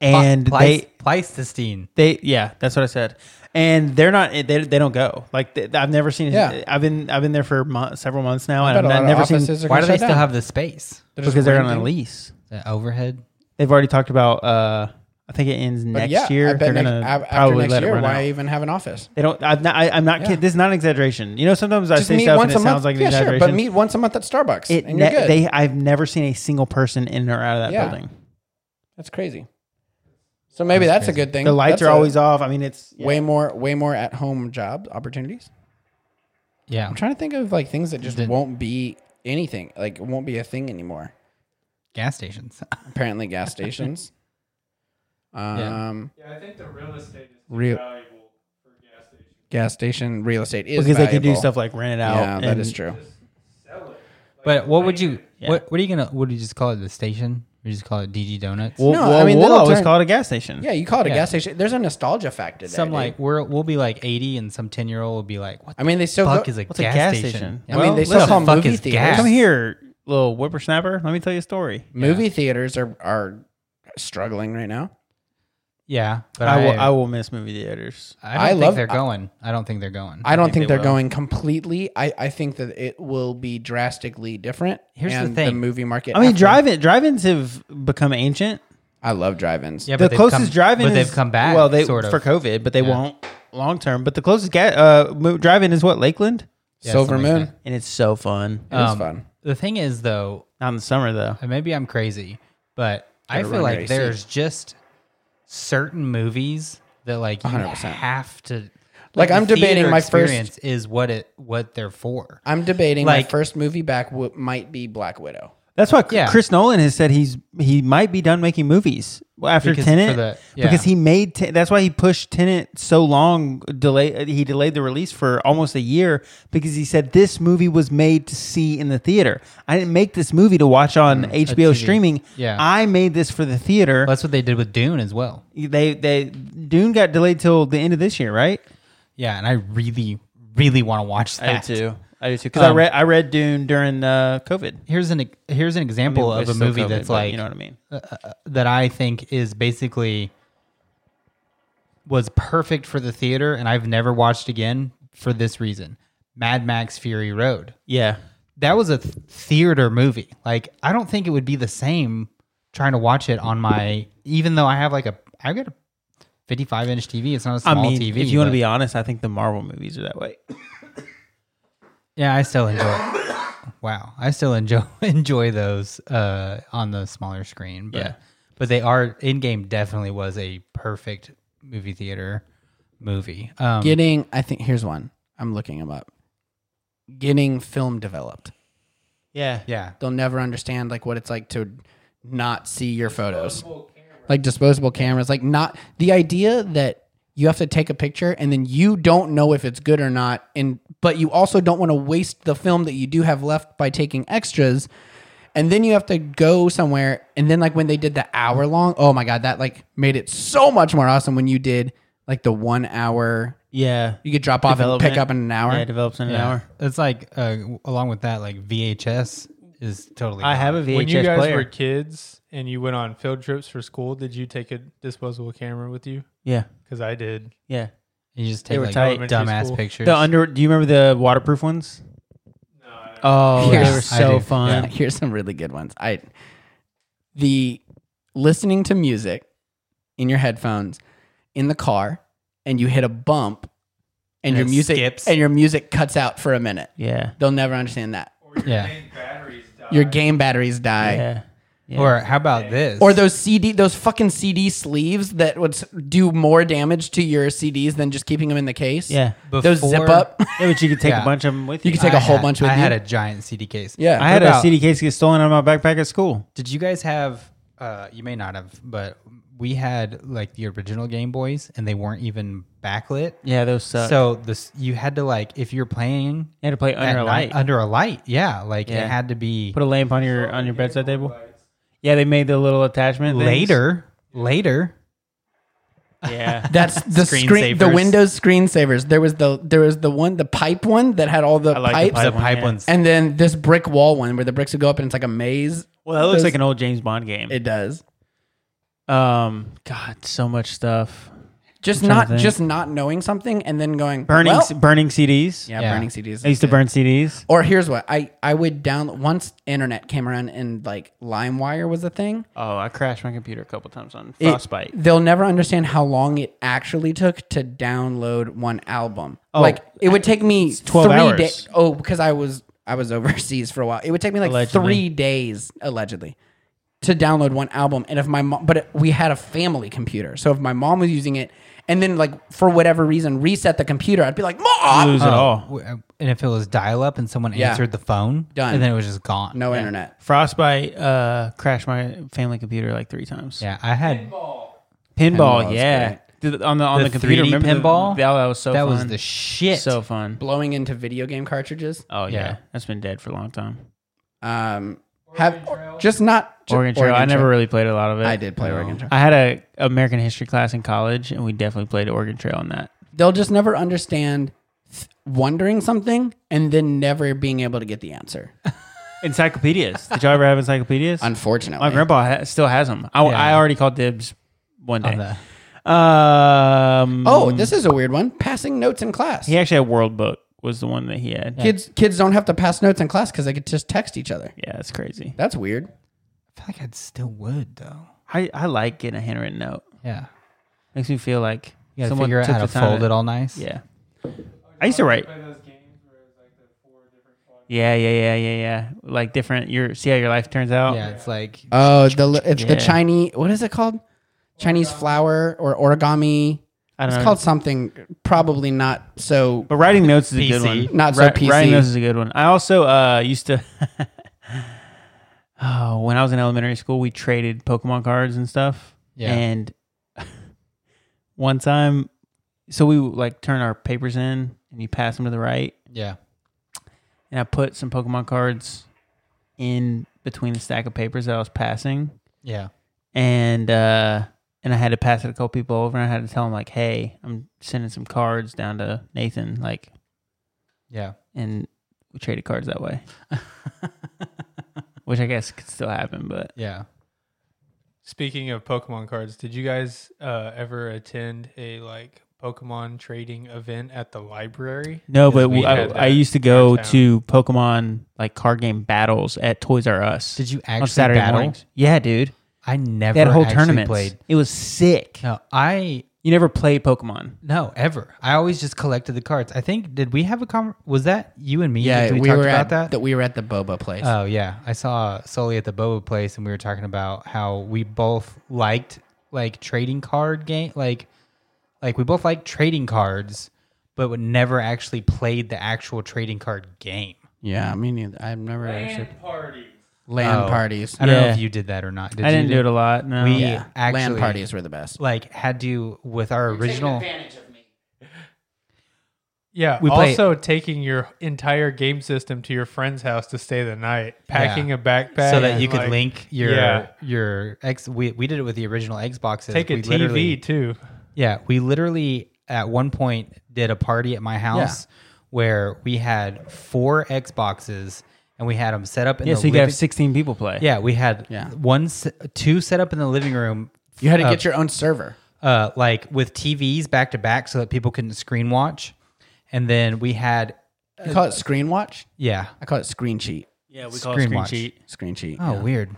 Speaker 2: and
Speaker 4: Pla-
Speaker 2: they
Speaker 4: Pleistocene.
Speaker 2: They yeah, that's what I said. And they're not they, they don't go. Like th I've never seen
Speaker 3: Yeah.
Speaker 2: I've been I've been there for mo- several months now
Speaker 3: But
Speaker 2: and
Speaker 3: a lot
Speaker 2: I've
Speaker 3: of
Speaker 2: never seen
Speaker 3: offices are
Speaker 4: Why
Speaker 3: gonna
Speaker 4: do they
Speaker 3: shut
Speaker 4: still
Speaker 3: down.
Speaker 4: have the space?
Speaker 3: They're just
Speaker 2: because they're on
Speaker 3: renting.
Speaker 2: a lease.
Speaker 4: The overhead.
Speaker 2: They've already talked about uh I think it ends next year.
Speaker 3: I bet
Speaker 2: they're
Speaker 3: next,
Speaker 2: gonna
Speaker 3: ab- after
Speaker 2: probably
Speaker 3: next
Speaker 2: let
Speaker 3: year,
Speaker 2: it run
Speaker 3: why
Speaker 2: out.
Speaker 3: even have an office?
Speaker 2: They don't. I'm not. I, I'm not
Speaker 3: Yeah.
Speaker 2: kidding. This is not an exaggeration. You know, sometimes I
Speaker 3: Just
Speaker 2: say
Speaker 3: meet
Speaker 2: stuff and
Speaker 3: once
Speaker 2: it
Speaker 3: a month.
Speaker 2: sounds like an
Speaker 3: yeah, sure,
Speaker 2: exaggeration.
Speaker 3: but meet once a month at Starbucks,
Speaker 2: it.
Speaker 3: and you're
Speaker 2: ne-
Speaker 3: good.
Speaker 2: they. I've never seen a single person in or out of that
Speaker 3: Yeah.
Speaker 2: building.
Speaker 3: that's crazy. So maybe that's, a good thing.
Speaker 2: The lights
Speaker 3: That's
Speaker 2: are
Speaker 3: a-
Speaker 2: always off. I mean, it's yeah.
Speaker 3: way more, way more at home job opportunities.
Speaker 4: Yeah.
Speaker 3: I'm trying to think of like things that just
Speaker 4: Did-
Speaker 3: won't be anything, like it won't be a thing anymore.
Speaker 4: Gas stations.
Speaker 3: Apparently, gas stations.
Speaker 4: Yeah.
Speaker 3: Um,
Speaker 6: Yeah, I think the real estate is
Speaker 3: Real-
Speaker 6: valuable for gas stations.
Speaker 3: gas station real estate is
Speaker 2: because they can do
Speaker 3: valuable.
Speaker 2: stuff like rent it out.
Speaker 3: Yeah, that
Speaker 2: and-
Speaker 3: is true.
Speaker 4: but what would you?
Speaker 2: Yeah.
Speaker 4: What What are you gonna? Would you just call it the station? Would you just call it DG Donuts?
Speaker 2: We'll,
Speaker 3: No,
Speaker 2: we'll,
Speaker 3: I mean,
Speaker 2: we'll
Speaker 3: that'll
Speaker 2: always
Speaker 3: turn-
Speaker 2: call it a gas station.
Speaker 3: Yeah, you call it a
Speaker 4: Yeah.
Speaker 3: gas station. There's a nostalgia factor. There,
Speaker 4: some
Speaker 3: dude.
Speaker 4: like we're we'll be like 80 and some 10 year old will be like what
Speaker 3: I
Speaker 4: the
Speaker 3: mean, they still
Speaker 4: fuck
Speaker 3: go-
Speaker 4: is a gas,
Speaker 2: What's a gas
Speaker 4: station?
Speaker 2: station?
Speaker 3: I mean, they
Speaker 4: what
Speaker 3: still
Speaker 4: the
Speaker 3: call
Speaker 4: fuck
Speaker 3: movie
Speaker 4: is
Speaker 3: theaters.
Speaker 4: gas?
Speaker 2: Come here, little whippersnapper. Let me tell you a story.
Speaker 3: movie theaters are are struggling right now.
Speaker 4: Yeah, but
Speaker 2: I
Speaker 4: I,
Speaker 2: will. I
Speaker 4: I,
Speaker 2: will miss movie theaters.
Speaker 4: don't
Speaker 3: I
Speaker 4: think
Speaker 3: love-
Speaker 4: they're going. I, don't think they're going.
Speaker 3: I don't think,
Speaker 2: they
Speaker 3: they are
Speaker 2: will.
Speaker 3: going completely. I, I think that it will be drastically different.
Speaker 4: Here's the
Speaker 3: and The
Speaker 4: thing.
Speaker 3: movie market.
Speaker 2: I mean,
Speaker 3: after-
Speaker 2: drive-in drive-ins have become ancient.
Speaker 3: I love drive-ins.
Speaker 4: yeah,
Speaker 2: the
Speaker 4: but they've
Speaker 2: closest
Speaker 4: come,
Speaker 2: drive-in,
Speaker 4: but
Speaker 2: is-
Speaker 4: they've come back.
Speaker 2: Well, they
Speaker 4: sort of
Speaker 2: for COVID, but they
Speaker 4: Yeah.
Speaker 2: won't long term. But the closest ga- uh, mo- drive-in is what Lakeland,
Speaker 4: Yeah,
Speaker 3: Silver
Speaker 4: something like
Speaker 3: Moon.
Speaker 4: that.
Speaker 2: and it's so fun.
Speaker 3: it was
Speaker 4: Um,
Speaker 3: fun.
Speaker 4: The thing is, though,
Speaker 2: Not in the summer though.
Speaker 4: and maybe I'm crazy, but I
Speaker 3: Gotta
Speaker 4: feel
Speaker 3: run
Speaker 4: like
Speaker 3: your AC.
Speaker 4: there's just certain movies that like you
Speaker 3: 100%.
Speaker 4: have to.
Speaker 3: Like, I'm
Speaker 4: the
Speaker 3: debating
Speaker 4: theater
Speaker 3: my first-
Speaker 4: experience is what it what they're for.
Speaker 3: I'm debating my
Speaker 4: like-
Speaker 3: first movie back w- might be Black Widow.
Speaker 2: That's why C-
Speaker 4: Yeah.
Speaker 2: Chris Nolan has said he's he might be done making movies after
Speaker 4: Because-
Speaker 2: Tenet
Speaker 4: for the- yeah.
Speaker 2: because he made Ten- that's why he pushed Tenet so long delay he delayed the release for almost a year because he said this movie was made to see in the theater. I didn't make this movie to watch on
Speaker 4: Mm,
Speaker 2: HBO
Speaker 4: TV.
Speaker 2: streaming.
Speaker 4: Yeah.
Speaker 2: I made this for the theater.
Speaker 4: Well, that's what they did with Dune as well.
Speaker 2: they they Dune got delayed till the end of this year, right?
Speaker 4: Yeah, and I really, really want to watch that.
Speaker 2: I do too. Because I
Speaker 4: Um,
Speaker 2: read I read Dune during uh, COVID.
Speaker 4: Here's an here's an example
Speaker 2: It's
Speaker 4: of a
Speaker 2: still
Speaker 4: movie
Speaker 2: COVID,
Speaker 4: that's
Speaker 2: but
Speaker 4: like
Speaker 2: you know what I mean.
Speaker 4: that I think is basically was perfect for the theater, and I've never watched again for this reason. Mad Max Fury Road.
Speaker 2: Yeah.
Speaker 4: That was a th- theater movie. Like I don't think it would be the same trying to watch it on my. Even though I have like a, I've got a 55 inch TV. It's not a
Speaker 2: I
Speaker 4: small
Speaker 2: mean,
Speaker 4: TV.
Speaker 2: if you want
Speaker 4: but-
Speaker 2: to be honest, I think the Marvel movies are that way.
Speaker 4: Yeah, I still enjoy. wow, I still enjoy enjoy those uh, on the smaller screen. But,
Speaker 2: Yeah.
Speaker 4: but they are in game. Definitely was a perfect movie theater movie. Um,
Speaker 3: Getting, I think here's one. I'm looking them up. Getting film developed.
Speaker 2: Yeah.
Speaker 4: yeah,
Speaker 3: They'll never understand like what it's like to not see your photos. Like disposable cameras, like not the idea that you have to take a picture and then you don't know if it's good or not and but you also don't want to waste the film that you do have left by taking extras. And then you have to go somewhere and then like when they did the hour long, oh my god, that like made it so much more awesome when you did like the 1 hour
Speaker 2: Yeah.
Speaker 3: you could drop off and pick
Speaker 2: Development.
Speaker 3: up in an hour.
Speaker 2: Yeah, it develops in an
Speaker 4: yeah.
Speaker 2: hour.
Speaker 4: It's like uh, along with that, like VHS is totally.
Speaker 2: I
Speaker 4: gone.
Speaker 2: have a VHS
Speaker 6: when you guys
Speaker 2: player.
Speaker 6: were kids and you went on field trips for school, did you take a disposable camera with you?
Speaker 2: yeah.
Speaker 6: Because I did.
Speaker 2: Yeah.
Speaker 4: You just
Speaker 2: They
Speaker 4: take
Speaker 2: were
Speaker 4: like
Speaker 2: tight.
Speaker 4: dumbass
Speaker 6: Elementary
Speaker 4: pictures.
Speaker 2: The under. Do you remember the waterproof ones? Oh,
Speaker 3: Yes,
Speaker 2: they were
Speaker 4: I
Speaker 2: so
Speaker 4: do.
Speaker 2: fun.
Speaker 4: Yeah.
Speaker 3: Here's some really good ones. I the listening to music in your headphones in the car and you hit a bump and, your
Speaker 4: it
Speaker 3: music
Speaker 4: skips.
Speaker 3: and your music cuts out for a minute.
Speaker 2: Yeah.
Speaker 3: They'll never understand that.
Speaker 4: yeah.
Speaker 3: Your game batteries die.
Speaker 2: Yeah. Yeah.
Speaker 4: Or how about this?
Speaker 3: Or those CD, those fucking CD sleeves that would s- do more damage to your CDs than just keeping them in the case.
Speaker 2: Yeah.
Speaker 3: those zip
Speaker 4: Before-
Speaker 3: up.
Speaker 2: Yeah, but you could take
Speaker 4: Yeah.
Speaker 2: a bunch of them with
Speaker 3: You
Speaker 2: you.
Speaker 3: could take a
Speaker 4: I
Speaker 3: whole
Speaker 4: had-
Speaker 3: bunch with
Speaker 4: I
Speaker 3: you.
Speaker 4: had a giant CD case.
Speaker 3: yeah,
Speaker 2: I had
Speaker 4: about-
Speaker 2: a CD case get stolen out of my backpack at school.
Speaker 4: Did you guys have? Uh, you may not have, but we had like the original Game Boys, and they weren't even backlit.
Speaker 2: Yeah, those suck.
Speaker 4: So this, you had to like, if you're playing
Speaker 2: you had to play
Speaker 4: at
Speaker 2: under a
Speaker 4: night-
Speaker 2: light.
Speaker 4: under a light, yeah, like
Speaker 2: Yeah.
Speaker 4: it had to be
Speaker 2: Put a lamp on your on your bedside table. Yeah, they made the little attachment things.
Speaker 4: later, later.
Speaker 2: Yeah.
Speaker 3: That's the screen, the
Speaker 4: Screensavers.
Speaker 3: Windows screensavers. There was the there was the one, the pipe one that had all the
Speaker 2: like the
Speaker 3: pipes,
Speaker 2: pipe
Speaker 4: The
Speaker 2: one,
Speaker 4: pipe
Speaker 2: yeah.
Speaker 4: ones,
Speaker 3: and then this brick wall one where the bricks would go up and it's like a maze.
Speaker 2: well, that looks
Speaker 3: Those-
Speaker 2: like an old James Bond game.
Speaker 3: It does.
Speaker 2: um, God, so much stuff.
Speaker 3: Just
Speaker 2: trying to
Speaker 3: not
Speaker 2: think.
Speaker 3: just not knowing something and then going
Speaker 2: Burning
Speaker 3: well-
Speaker 2: burning CDs.
Speaker 3: yeah,
Speaker 4: Yeah.
Speaker 3: burning CDs.
Speaker 2: I used to burn CDs.
Speaker 3: Or here's what I I would download once internet came around and like LimeWire was a thing.
Speaker 2: Oh, I crashed my computer a couple times on
Speaker 3: it-
Speaker 2: Frostbite.
Speaker 3: they'll never understand how long it actually took to download one album.
Speaker 2: Oh,
Speaker 3: like it would take me
Speaker 2: 12
Speaker 3: three
Speaker 2: uh, hours.
Speaker 3: days. Oh, because I was I was overseas for a while. It would take me like
Speaker 2: Allegedly.
Speaker 3: three days allegedly to download one album. And if my mom, but it, we had a family computer, so if my mom was using it, and then like for whatever reason reset the computer, I'd be like, mom,
Speaker 2: Lose it all.
Speaker 4: W- and if it was dial up and someone
Speaker 3: Yeah.
Speaker 4: answered the phone,
Speaker 3: Done.
Speaker 4: and then it was just gone.
Speaker 3: no internet.
Speaker 2: Frostbite uh, crashed my family computer like three times.
Speaker 4: Yeah, I had
Speaker 2: Pinball,
Speaker 3: Pinball is
Speaker 2: yeah. Did- on the on the,
Speaker 4: The
Speaker 2: computer,
Speaker 4: 3D
Speaker 2: remember the-
Speaker 4: pinball?
Speaker 2: that, that was so
Speaker 4: that
Speaker 2: fun.
Speaker 4: was the shit.
Speaker 2: so fun.
Speaker 3: Blowing into video game cartridges.
Speaker 2: Oh yeah.
Speaker 4: Yeah.
Speaker 2: that's been dead for a long time.
Speaker 3: Um, have just not ju-
Speaker 2: Oregon Trail. I never really played a lot of it.
Speaker 3: I did play Oregon Trail.
Speaker 2: I had a American history class in college, and we definitely played Oregon Trail in that.
Speaker 3: they'll just never understand th- wondering something and then never being able to get the answer.
Speaker 2: Encyclopedias. Did y'all ever have encyclopedias?
Speaker 3: Unfortunately,
Speaker 2: My grandpa ha- still has them. I, I already called dibs one
Speaker 4: on
Speaker 2: day.
Speaker 4: the-
Speaker 2: Um,
Speaker 3: Oh, this is a weird one. Passing notes in class.
Speaker 2: he actually had World Book was the one that he had. Yeah,
Speaker 3: Kids, kids don't have to pass notes in class because they could just text each other.
Speaker 2: it's crazy.
Speaker 3: That's weird.
Speaker 4: I feel like I'd still would though.
Speaker 2: I, I like getting a handwritten note.
Speaker 4: Yeah,
Speaker 2: Makes me feel like
Speaker 4: you gotta
Speaker 2: someone
Speaker 4: figure out
Speaker 2: took
Speaker 4: how to
Speaker 2: the time
Speaker 4: fold it all nice.
Speaker 2: Yeah. I used to write. Yeah, yeah, yeah, yeah, yeah. Like different. Your see how your life turns out.
Speaker 4: yeah, it's like
Speaker 3: Oh, the li- it's the
Speaker 2: Yeah.
Speaker 3: Chinese. What is it called? Chinese flower or origami?
Speaker 2: I don't
Speaker 3: It's
Speaker 2: know.
Speaker 3: called something. Probably not so.
Speaker 2: but writing notes is a
Speaker 4: PC.
Speaker 2: good one.
Speaker 3: Not so
Speaker 2: Wri-
Speaker 3: PC.
Speaker 2: Writing notes is a good one. I also uh, used to. oh, when I was in elementary school, we traded Pokemon cards and stuff.
Speaker 4: Yeah.
Speaker 2: And one time, so we would, like turn our papers in and you pass them to the right.
Speaker 4: Yeah.
Speaker 2: And I put some Pokemon cards in between the stack of papers that I was passing.
Speaker 4: Yeah.
Speaker 2: and uh and I had to pass it a couple people over, and I had to tell them like, "Hey, I'm sending some cards down to Nathan," like,
Speaker 4: Yeah.
Speaker 2: and we traded cards that way, which I guess could still happen. But
Speaker 4: Yeah.
Speaker 6: Speaking of Pokemon cards, did you guys uh, ever attend a like Pokemon trading event at the library?
Speaker 2: no,
Speaker 6: Because
Speaker 2: but
Speaker 6: we
Speaker 2: I,
Speaker 6: had
Speaker 2: I
Speaker 6: that
Speaker 2: used to go
Speaker 6: downtown.
Speaker 2: to Pokemon like card game battles at Toys R Us
Speaker 4: Did you
Speaker 2: on
Speaker 4: actually
Speaker 2: Saturday
Speaker 4: battle?
Speaker 2: mornings. Yeah, dude,
Speaker 4: I never
Speaker 2: they had whole
Speaker 4: actually
Speaker 2: tournaments.
Speaker 4: played.
Speaker 2: It was sick.
Speaker 4: No, I
Speaker 2: You never played Pokemon.
Speaker 4: no ever. I always just collected the cards. I think did we have a con? Was that you and me?
Speaker 3: Yeah,
Speaker 4: Did
Speaker 3: we,
Speaker 4: we, talked
Speaker 3: were
Speaker 4: about
Speaker 3: at
Speaker 4: that.
Speaker 3: we were at the boba place.
Speaker 4: Oh yeah, I saw Sully at the Boba place, and we were talking about how we both liked like trading card game, like like we both liked trading cards, but would never actually played the actual trading card game.
Speaker 3: yeah, me neither. I've never actually
Speaker 6: Party.
Speaker 3: land
Speaker 4: Oh.
Speaker 3: parties.
Speaker 4: I don't know
Speaker 2: Yeah.
Speaker 4: if you did that or not. Did
Speaker 2: I
Speaker 4: you
Speaker 2: didn't do it a lot. No,
Speaker 4: We
Speaker 3: Yeah,
Speaker 4: actually
Speaker 3: land parties were the best.
Speaker 4: like had to with our original.
Speaker 6: Yeah.
Speaker 4: We play-
Speaker 6: also, taking your entire game system to your friend's house to stay the night, packing a backpack
Speaker 4: so that you
Speaker 6: and,
Speaker 4: could
Speaker 6: like,
Speaker 4: link your
Speaker 6: Yeah.
Speaker 4: your X. We, we did it with the original Xboxes.
Speaker 6: Take a
Speaker 4: we literally-
Speaker 6: TV too.
Speaker 4: Yeah, we literally at one point did a party at my house where we had four Xboxes and we had them set up in
Speaker 2: yeah.
Speaker 4: the
Speaker 2: So you could
Speaker 4: living.
Speaker 2: have 16 people play.
Speaker 4: yeah, we had
Speaker 3: Yeah.
Speaker 4: one s- two set up in the living room.
Speaker 3: You had to
Speaker 4: uh,
Speaker 3: get your own server.
Speaker 4: uh, like with TVs back to back so that people couldn't screen watch, and then we had
Speaker 3: You call it screen watch.
Speaker 4: yeah
Speaker 3: I call it screen cheat.
Speaker 2: yeah. We
Speaker 4: call it Screen screen watch. cheat.
Speaker 3: Screen cheat.
Speaker 4: oh weird.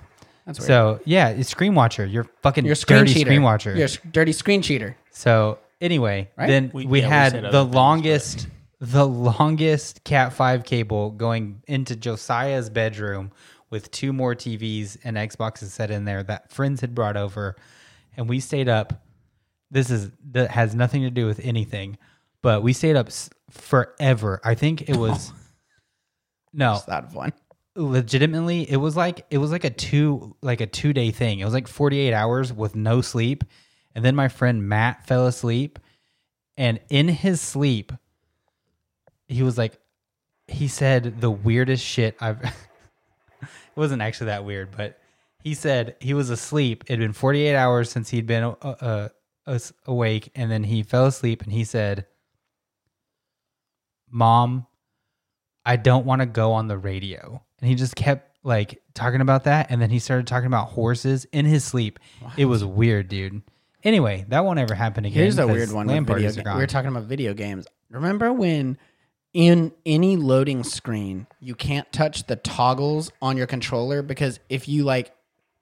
Speaker 3: That's weird.
Speaker 4: So yeah, it's screen watcher. You're fucking
Speaker 3: You're a screen
Speaker 4: dirty
Speaker 3: cheater.
Speaker 4: screen watcher.
Speaker 3: You're a s- dirty screen cheater.
Speaker 4: So anyway,
Speaker 3: Right?
Speaker 4: then we,
Speaker 2: We- yeah, we
Speaker 4: had
Speaker 2: said other
Speaker 4: the
Speaker 2: things,
Speaker 4: longest, the longest Cat Five cable going into Josiah's bedroom with two more TVs and Xboxes set in there that friends had brought over, and we stayed up. This is that has nothing to do with anything, but we stayed up s- forever. I think it was. No,
Speaker 3: It's that one.
Speaker 4: legitimately it was like it was like a two like a two day thing it was like 48 hours with no sleep and then my friend matt fell asleep and in his sleep he was like he said the weirdest shit i've it wasn't actually that weird but he said he was asleep it had been 48 hours since he'd been uh, uh, as- awake and then he fell asleep and he said mom I don't want to go on the radio. And he just kept like talking about that. And then he started talking about horses in his sleep. It was weird, dude. Anyway, that won't ever happen again.
Speaker 3: Here's a
Speaker 4: because
Speaker 3: weird one.
Speaker 4: LAN
Speaker 3: With video
Speaker 4: parties are
Speaker 3: ga-
Speaker 4: gone.
Speaker 3: we were talking about video games. Remember when in any loading screen you can't touch the toggles on your controller because if you like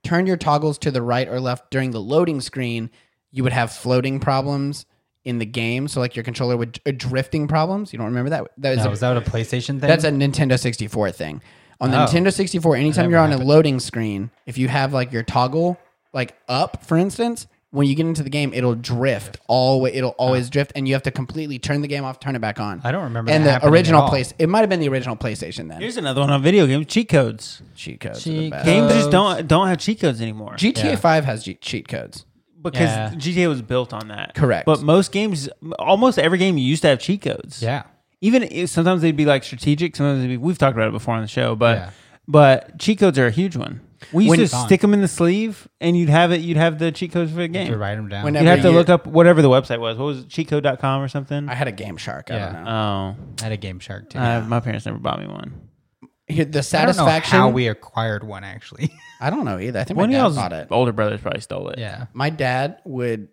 Speaker 3: turn your toggles to the right or left during the loading screen, you would have floating problems in the game. So like your controller would uh, drifting problems. You don't remember that? That was
Speaker 4: No,
Speaker 3: a-
Speaker 4: was that a PlayStation thing?
Speaker 3: That's a Nintendo 64 thing. On
Speaker 4: Oh.
Speaker 3: the Nintendo 64, anytime you're on a loading screen, if you have like your toggle like up, for instance, when you get into the game, it'll drift all way. It'll always drift, and you have to completely turn the game off, turn it back on.
Speaker 4: I don't remember
Speaker 3: And
Speaker 4: that
Speaker 3: the
Speaker 4: happening at
Speaker 3: original
Speaker 4: all.
Speaker 3: place, it might have been the original PlayStation then.
Speaker 2: Here's another one on video games: cheat codes.
Speaker 3: cheat codes. are the
Speaker 4: Cheat
Speaker 3: best.
Speaker 2: Games
Speaker 4: Uh,
Speaker 2: just don't don't have cheat codes anymore
Speaker 3: GTA 5 has ge- cheat codes.
Speaker 2: because
Speaker 4: Yeah.
Speaker 2: GTA was built on that.
Speaker 3: Correct.
Speaker 2: But most games, almost every game, you used to have cheat codes.
Speaker 4: yeah.
Speaker 2: Even if, sometimes they'd be like strategic. Sometimes they'd be, we've talked about it before on the show, but
Speaker 4: Yeah.
Speaker 2: but cheat codes are a huge one. We used
Speaker 3: When-
Speaker 2: to stick them in the sleeve, and you'd have it. You'd have the cheat codes for the
Speaker 4: To
Speaker 2: game.
Speaker 4: write them down.
Speaker 3: Whenever-
Speaker 2: You'd have to
Speaker 3: Every
Speaker 2: look
Speaker 3: year.
Speaker 2: up whatever the website was. What was it? Cheatcode.com or something?
Speaker 3: I had a Game Shark. I
Speaker 4: Yeah.
Speaker 3: don't know.
Speaker 2: oh,
Speaker 4: I had a Game Shark too.
Speaker 2: uh, my parents never bought me one.
Speaker 3: Here-
Speaker 4: I
Speaker 3: the
Speaker 4: don't know
Speaker 3: satisfaction.
Speaker 4: how we acquired one actually.
Speaker 3: I don't know either. I think
Speaker 2: One
Speaker 3: my
Speaker 2: of
Speaker 3: dad
Speaker 2: y'all's
Speaker 3: bought it.
Speaker 2: older brothers probably stole it.
Speaker 4: yeah.
Speaker 3: my dad would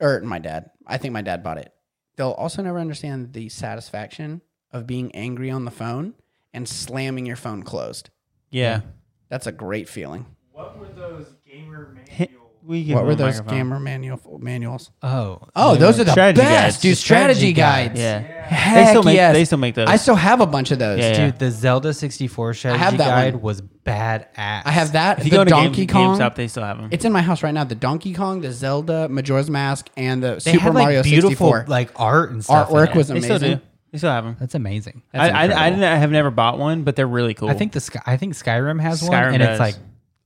Speaker 3: or my dad i think my dad bought it they'll also never understand the satisfaction of being angry on the phone and slamming your phone closed
Speaker 2: yeah.
Speaker 3: that's a great feeling
Speaker 6: What were those gamer manuals?
Speaker 2: Hit- we give
Speaker 3: what
Speaker 2: them
Speaker 3: were
Speaker 2: a
Speaker 3: those
Speaker 2: microphone.
Speaker 3: gamer manual manuals
Speaker 4: Oh.
Speaker 3: oh those are the
Speaker 2: Strategy
Speaker 3: best
Speaker 2: guides.
Speaker 3: dude strategy,
Speaker 4: Strategy guides.
Speaker 3: guides
Speaker 2: Yeah.
Speaker 3: Heck
Speaker 2: they still make
Speaker 3: yes.
Speaker 2: they still make those.
Speaker 3: i still have a bunch of those
Speaker 2: Yeah,
Speaker 4: Dude,
Speaker 2: yeah.
Speaker 4: the Zelda 64 strategy
Speaker 3: have that
Speaker 4: guide
Speaker 3: one.
Speaker 4: was badass.
Speaker 3: i have that
Speaker 2: if you
Speaker 3: the
Speaker 2: go to
Speaker 3: donkey
Speaker 2: Game,
Speaker 3: kong
Speaker 2: GameStop, they still have them.
Speaker 3: it's in my house right now the donkey kong the zelda majora's mask and the
Speaker 4: They
Speaker 3: super
Speaker 4: had like
Speaker 3: mario
Speaker 4: beautiful
Speaker 3: 64
Speaker 4: like art and stuff. in
Speaker 3: artwork
Speaker 4: it.
Speaker 3: was
Speaker 2: they
Speaker 3: amazing
Speaker 2: still do. They still have them.
Speaker 4: That's amazing.
Speaker 2: I, I, I, didn't, I have never bought one, but they're really cool.
Speaker 4: I think the Sky, I think Skyrim has one,
Speaker 2: Skyrim
Speaker 4: and it's
Speaker 2: does.
Speaker 4: like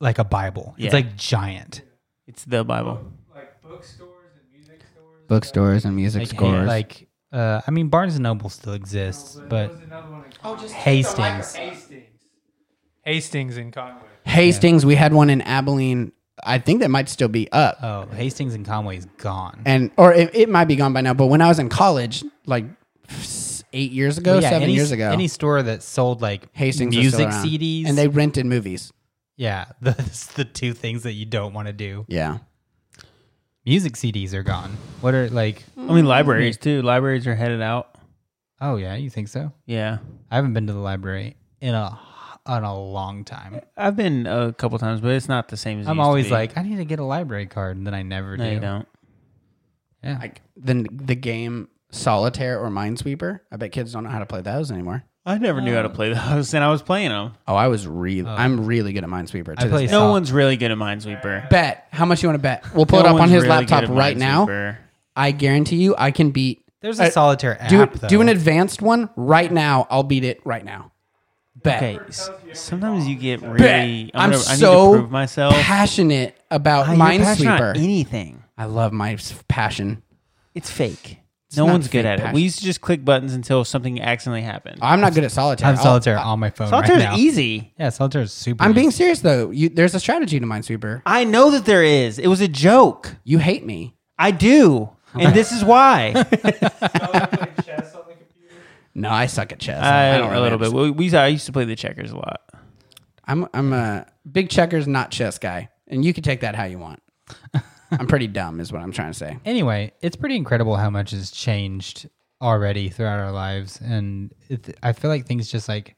Speaker 4: like a Bible.
Speaker 2: Yeah.
Speaker 4: It's like giant.
Speaker 2: It's the Bible.
Speaker 6: Like bookstores and music stores.
Speaker 3: Bookstores and music
Speaker 4: Like,
Speaker 3: scores.
Speaker 4: like uh, I mean, Barnes and Noble still exists, but
Speaker 6: oh, just
Speaker 4: Hastings.
Speaker 6: Hastings. Hastings in Conway.
Speaker 3: Hastings, we had one in Abilene. I think that might still be up.
Speaker 4: Oh, Hastings and Conway is gone.
Speaker 3: and or it, it might be gone by now. But when I was in college, like s- eight years ago,
Speaker 4: But yeah,
Speaker 3: seven
Speaker 4: any-
Speaker 3: years ago,
Speaker 4: Any store that sold like
Speaker 3: Hastings was still
Speaker 4: music
Speaker 3: around.
Speaker 4: CDs
Speaker 3: and they rented movies.
Speaker 4: yeah, that's the two things that you don't want to do.
Speaker 3: Yeah,
Speaker 4: Music CDs are gone. What are like?
Speaker 3: Mm.
Speaker 2: I mean, libraries too. Libraries are headed out.
Speaker 4: Oh yeah, you think so?
Speaker 2: Yeah,
Speaker 4: I haven't been to the library in a in a long time.
Speaker 2: I've been a couple times, but it's not the same as. it
Speaker 4: I'm
Speaker 2: used to
Speaker 4: always
Speaker 2: be.
Speaker 4: like, I need to get a library card, and then I never
Speaker 2: no,
Speaker 4: do.
Speaker 2: you don't.
Speaker 4: Yeah.
Speaker 3: like the the game Solitaire or Minesweeper. I bet kids don't know how to play those anymore.
Speaker 2: I never knew how to
Speaker 3: Uh.
Speaker 2: play those, and I was playing them.
Speaker 3: Oh, I was really, I'm really good at Minesweeper. To
Speaker 4: I
Speaker 3: this
Speaker 4: play
Speaker 3: day.
Speaker 2: No
Speaker 4: Sol-
Speaker 2: one's really good at Minesweeper.
Speaker 3: bet. How much you want to bet? We'll pull
Speaker 2: No
Speaker 3: it up on
Speaker 2: one's
Speaker 3: his
Speaker 2: really good
Speaker 3: laptop
Speaker 2: at
Speaker 3: right now.
Speaker 2: Minesweeper.
Speaker 3: I guarantee you, I can beat.
Speaker 4: There's a
Speaker 3: Uh,
Speaker 4: solitaire app.
Speaker 3: Do
Speaker 4: though.
Speaker 3: do an advanced one right now. I'll beat it right now. Bet.
Speaker 2: Okay, s- sometimes you get
Speaker 3: Bet.
Speaker 2: really. I'm,
Speaker 3: I'm,
Speaker 2: gonna, I need
Speaker 3: so
Speaker 2: to prove myself.
Speaker 3: passionate about
Speaker 2: Ah, you're passionate about
Speaker 3: Minesweeper.
Speaker 2: anything.
Speaker 3: I love my s- passion.
Speaker 2: It's fake. no
Speaker 3: not
Speaker 2: one's
Speaker 3: fake
Speaker 2: good at it.
Speaker 3: passion.
Speaker 2: We used to just click buttons until something accidentally happened.
Speaker 3: I'm not good at solitaire.
Speaker 4: I have
Speaker 3: I'll-
Speaker 4: solitaire on my phone
Speaker 2: Solitaire's
Speaker 4: right now.
Speaker 2: easy.
Speaker 4: Yeah, solitaire is super.
Speaker 3: I'm being
Speaker 4: easy.
Speaker 3: serious though. You, there's a strategy to Minesweeper.
Speaker 2: I know that there is. It was a joke.
Speaker 3: You hate me.
Speaker 2: I do. And this is why.
Speaker 3: No, I suck at chess.
Speaker 2: I, a
Speaker 3: really
Speaker 2: little bit. We, we, I used to play the checkers a lot.
Speaker 3: I'm I'm a big checkers, not chess guy, and you can take that how you want. I'm pretty dumb, is what I'm trying to say.
Speaker 4: Anyway, it's pretty incredible how much has changed already throughout our lives, and it, I feel like things just like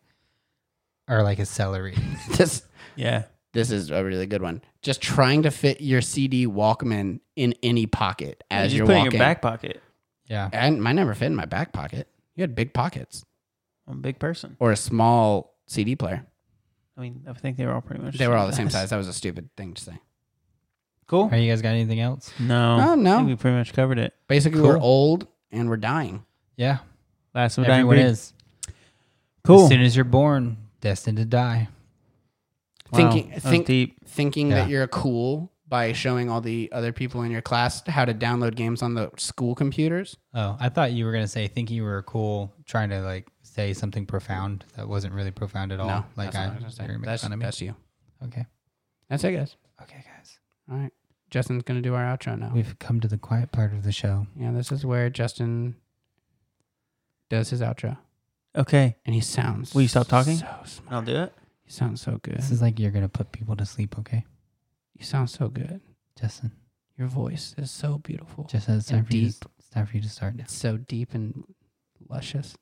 Speaker 4: are like accelerating.
Speaker 3: This
Speaker 2: Yeah.
Speaker 3: this is a really good one. Just trying to fit your CD Walkman in any pocket as
Speaker 2: you
Speaker 3: you're
Speaker 2: just put it in
Speaker 3: walking.
Speaker 2: your back pocket.
Speaker 4: yeah,
Speaker 3: And mine never fit in my back pocket. You had big pockets
Speaker 2: I'm a big person.
Speaker 3: or a small CD player.
Speaker 2: I mean, I think they were all pretty much.
Speaker 3: They were all the same size. That was a stupid thing to say.
Speaker 2: Cool.
Speaker 4: Are you guys got anything else?
Speaker 2: No.
Speaker 3: Oh, no.
Speaker 2: I think we pretty much covered it.
Speaker 3: Basically, we're old and we're dying.
Speaker 4: Yeah,
Speaker 2: Last one.
Speaker 4: everyone
Speaker 2: dying breed.
Speaker 4: is. As
Speaker 2: Cool.
Speaker 4: soon as you're born, destined to die.
Speaker 2: Wow,
Speaker 3: Thinking,
Speaker 2: that was
Speaker 3: think,
Speaker 2: deep.
Speaker 3: thinking that
Speaker 4: Yeah.
Speaker 3: you're cool by showing all the other people in your class how to download games on the school computers.
Speaker 4: Oh, I thought you were gonna say thinking you were cool, trying to like say something profound that wasn't really profound at all.
Speaker 3: No,
Speaker 4: like
Speaker 3: that's not
Speaker 4: I,
Speaker 3: what was
Speaker 4: you're
Speaker 3: gonna say.
Speaker 4: gonna make
Speaker 3: That's,
Speaker 4: fun of me.
Speaker 3: that's you.
Speaker 4: Okay,
Speaker 3: That's it, guys.
Speaker 4: okay, guys.
Speaker 3: All right, Justin's gonna do our outro now.
Speaker 4: We've come to the quiet part of the show.
Speaker 3: yeah, this is where Justin does his outro,
Speaker 2: Okay.
Speaker 3: and he sounds.
Speaker 2: Will you stop talking?
Speaker 3: So smart.
Speaker 2: I'll do it.
Speaker 3: You sound so good.
Speaker 4: This is like you're gonna put people to sleep. Okay,
Speaker 3: You sound so good.
Speaker 4: Justin.
Speaker 3: Your voice is so beautiful.
Speaker 4: Just as it's
Speaker 3: And
Speaker 4: time for you. To,
Speaker 3: deep.
Speaker 4: it's time for you to start now.
Speaker 3: It's so deep and luscious.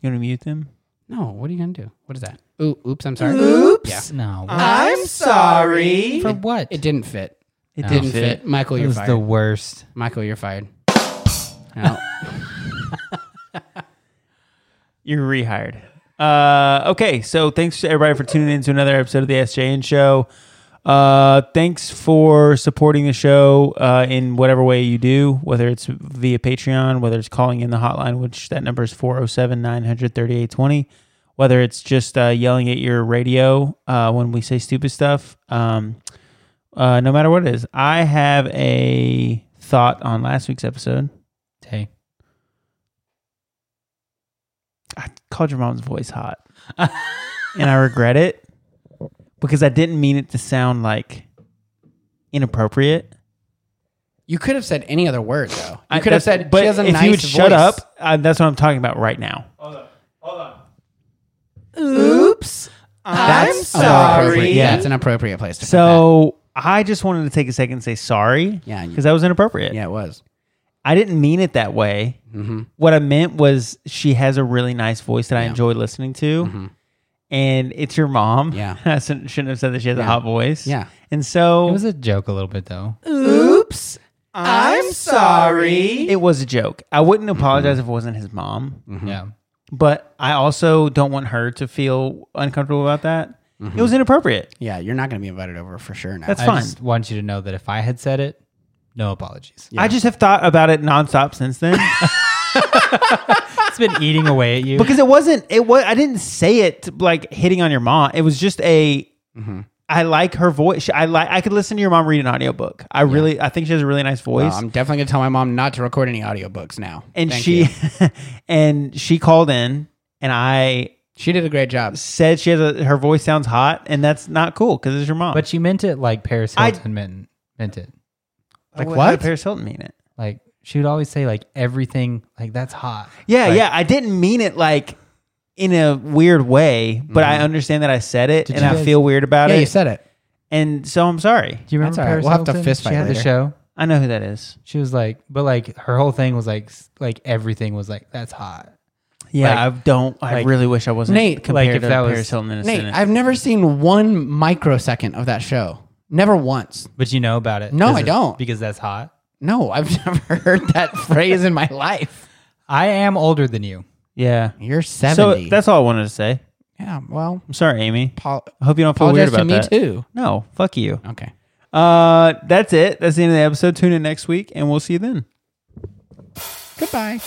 Speaker 2: You want to mute them?
Speaker 3: No, what are you gonna do? What is that? Ooh, oops, I'm sorry.
Speaker 2: Oops.
Speaker 3: Yeah.
Speaker 4: No.
Speaker 2: I'm sorry.
Speaker 4: for what?
Speaker 3: It didn't fit.
Speaker 2: It
Speaker 4: No.
Speaker 2: didn't
Speaker 3: Didn't fit.
Speaker 2: fit.
Speaker 3: Michael,
Speaker 4: It
Speaker 3: you're
Speaker 4: was
Speaker 3: fired.
Speaker 4: the worst.
Speaker 3: Michael, you're fired. No.
Speaker 2: You're rehired. Uh, okay, so thanks to everybody for tuning in to another episode of the SJN Show. Uh, thanks for supporting the show uh, in whatever way you do, whether it's via Patreon, whether it's calling in the hotline, which that number is 407 93820, whether it's just uh, yelling at your radio uh, when we say stupid stuff. Um, uh, no matter what it is, I have a thought on last week's episode.
Speaker 4: Hey.
Speaker 2: I called your mom's voice hot. and I regret it because I didn't mean it to sound like inappropriate.
Speaker 3: you could have said any other word though. You
Speaker 2: I
Speaker 3: could have
Speaker 2: that's-
Speaker 3: said
Speaker 2: but
Speaker 3: she has a
Speaker 2: if
Speaker 3: nice
Speaker 2: you would
Speaker 3: voice.
Speaker 2: shut up, uh, that's what I'm talking about right now.
Speaker 6: Hold on. Hold on.
Speaker 2: Oops.
Speaker 3: That's inappropriate. Yeah, it's an appropriate place to put
Speaker 2: So I just wanted to take a second and say sorry.
Speaker 3: Yeah, you-
Speaker 2: Because that was inappropriate.
Speaker 3: that. yeah, it was. Mm-hmm.
Speaker 2: I didn't mean it that way. What I meant was she has a really nice voice that I enjoy listening to. And it's your mom.
Speaker 3: Yeah.
Speaker 2: I shouldn't shouldn't have said that she has a hot voice.
Speaker 3: Yeah.
Speaker 2: And so
Speaker 4: It was a joke a little bit though.
Speaker 2: Oops. I'm sorry. It was a joke. I wouldn't apologize if it wasn't his mom,
Speaker 4: Yeah.
Speaker 2: but I also don't want her to feel uncomfortable about that. It was inappropriate.
Speaker 3: Yeah, you're not going to be invited over for sure now.
Speaker 2: That's
Speaker 4: I
Speaker 2: fine.
Speaker 4: just want you to know that if I had said it, no apologies.
Speaker 2: I just have thought about it nonstop since then
Speaker 4: It's been eating away at you.
Speaker 3: Mm-hmm.
Speaker 2: because it wasn't. It was. I didn't say it like hitting on your mom. It was just a. I like her voice. She- I like I could listen to your mom read an audiobook. I really I think she has a really nice voice.
Speaker 3: I'm definitely gonna tell my mom not to record any audiobooks now.
Speaker 2: and
Speaker 3: Thank
Speaker 2: she
Speaker 3: you.
Speaker 2: and she called in and I
Speaker 3: she did a great job.
Speaker 2: said she has a her voice sounds hot and that's not cool because it's your mom.
Speaker 4: But she meant it like Paris
Speaker 2: I-
Speaker 4: Hilton meant, meant it.
Speaker 2: like
Speaker 3: what?
Speaker 2: what? How did Paris Hilton mean it?
Speaker 4: Like she would always say like everything like that's hot.
Speaker 2: Yeah,
Speaker 4: Like-
Speaker 2: yeah. I didn't mean it like in a weird way, but I understand that I said it
Speaker 4: Did
Speaker 2: and
Speaker 4: you
Speaker 2: I
Speaker 4: guys-
Speaker 2: feel weird about
Speaker 3: Yeah, Mm-hmm. you
Speaker 2: it.
Speaker 3: said it.
Speaker 2: and so I'm sorry.
Speaker 4: Do you remember
Speaker 3: That's all right.
Speaker 4: Paris
Speaker 3: We'll have to
Speaker 4: Hilton?
Speaker 3: fist fight
Speaker 4: she had the
Speaker 3: later.
Speaker 4: show.
Speaker 2: I know who that is.
Speaker 4: She was like, but like her whole thing was like s- like everything was like that's hot.
Speaker 2: Yeah,
Speaker 4: Like-
Speaker 2: I don't. I
Speaker 4: like-
Speaker 2: really wish I wasn't
Speaker 3: Nate, like,
Speaker 2: compared
Speaker 4: if
Speaker 2: to
Speaker 4: that was-
Speaker 2: Paris Hilton in a
Speaker 3: Nate,
Speaker 2: sentence.
Speaker 3: I've never seen one microsecond of that show. Never once.
Speaker 4: But you know about it.
Speaker 3: No,
Speaker 4: 'cause
Speaker 3: I
Speaker 4: it's-
Speaker 3: don't.
Speaker 4: Because that's hot.
Speaker 3: No, I've never heard that phrase in my life.
Speaker 4: I am older than you.
Speaker 2: yeah.
Speaker 3: You're
Speaker 2: So
Speaker 3: seventy.
Speaker 2: that's all I wanted to say.
Speaker 3: yeah. Well,
Speaker 2: I'm sorry, Amy.
Speaker 3: Paul,
Speaker 2: I hope you don't feel
Speaker 3: apologize
Speaker 2: weird
Speaker 3: to
Speaker 2: about
Speaker 3: me
Speaker 2: that.
Speaker 3: too.
Speaker 2: No, fuck you.
Speaker 3: Okay.
Speaker 2: Uh, that's it. That's the end of the episode. Tune in next week, and we'll see you then.
Speaker 3: Goodbye.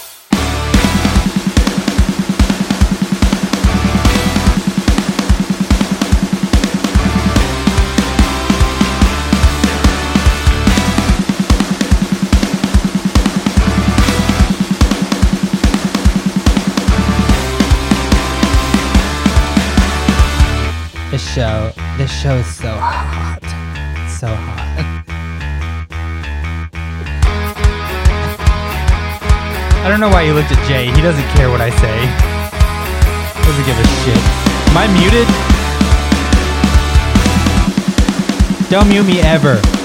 Speaker 4: This show, this show is so hot, so hot. I don't know why you looked at Jay. He doesn't care what I say. Doesn't give a shit. Am I muted? Don't mute me ever.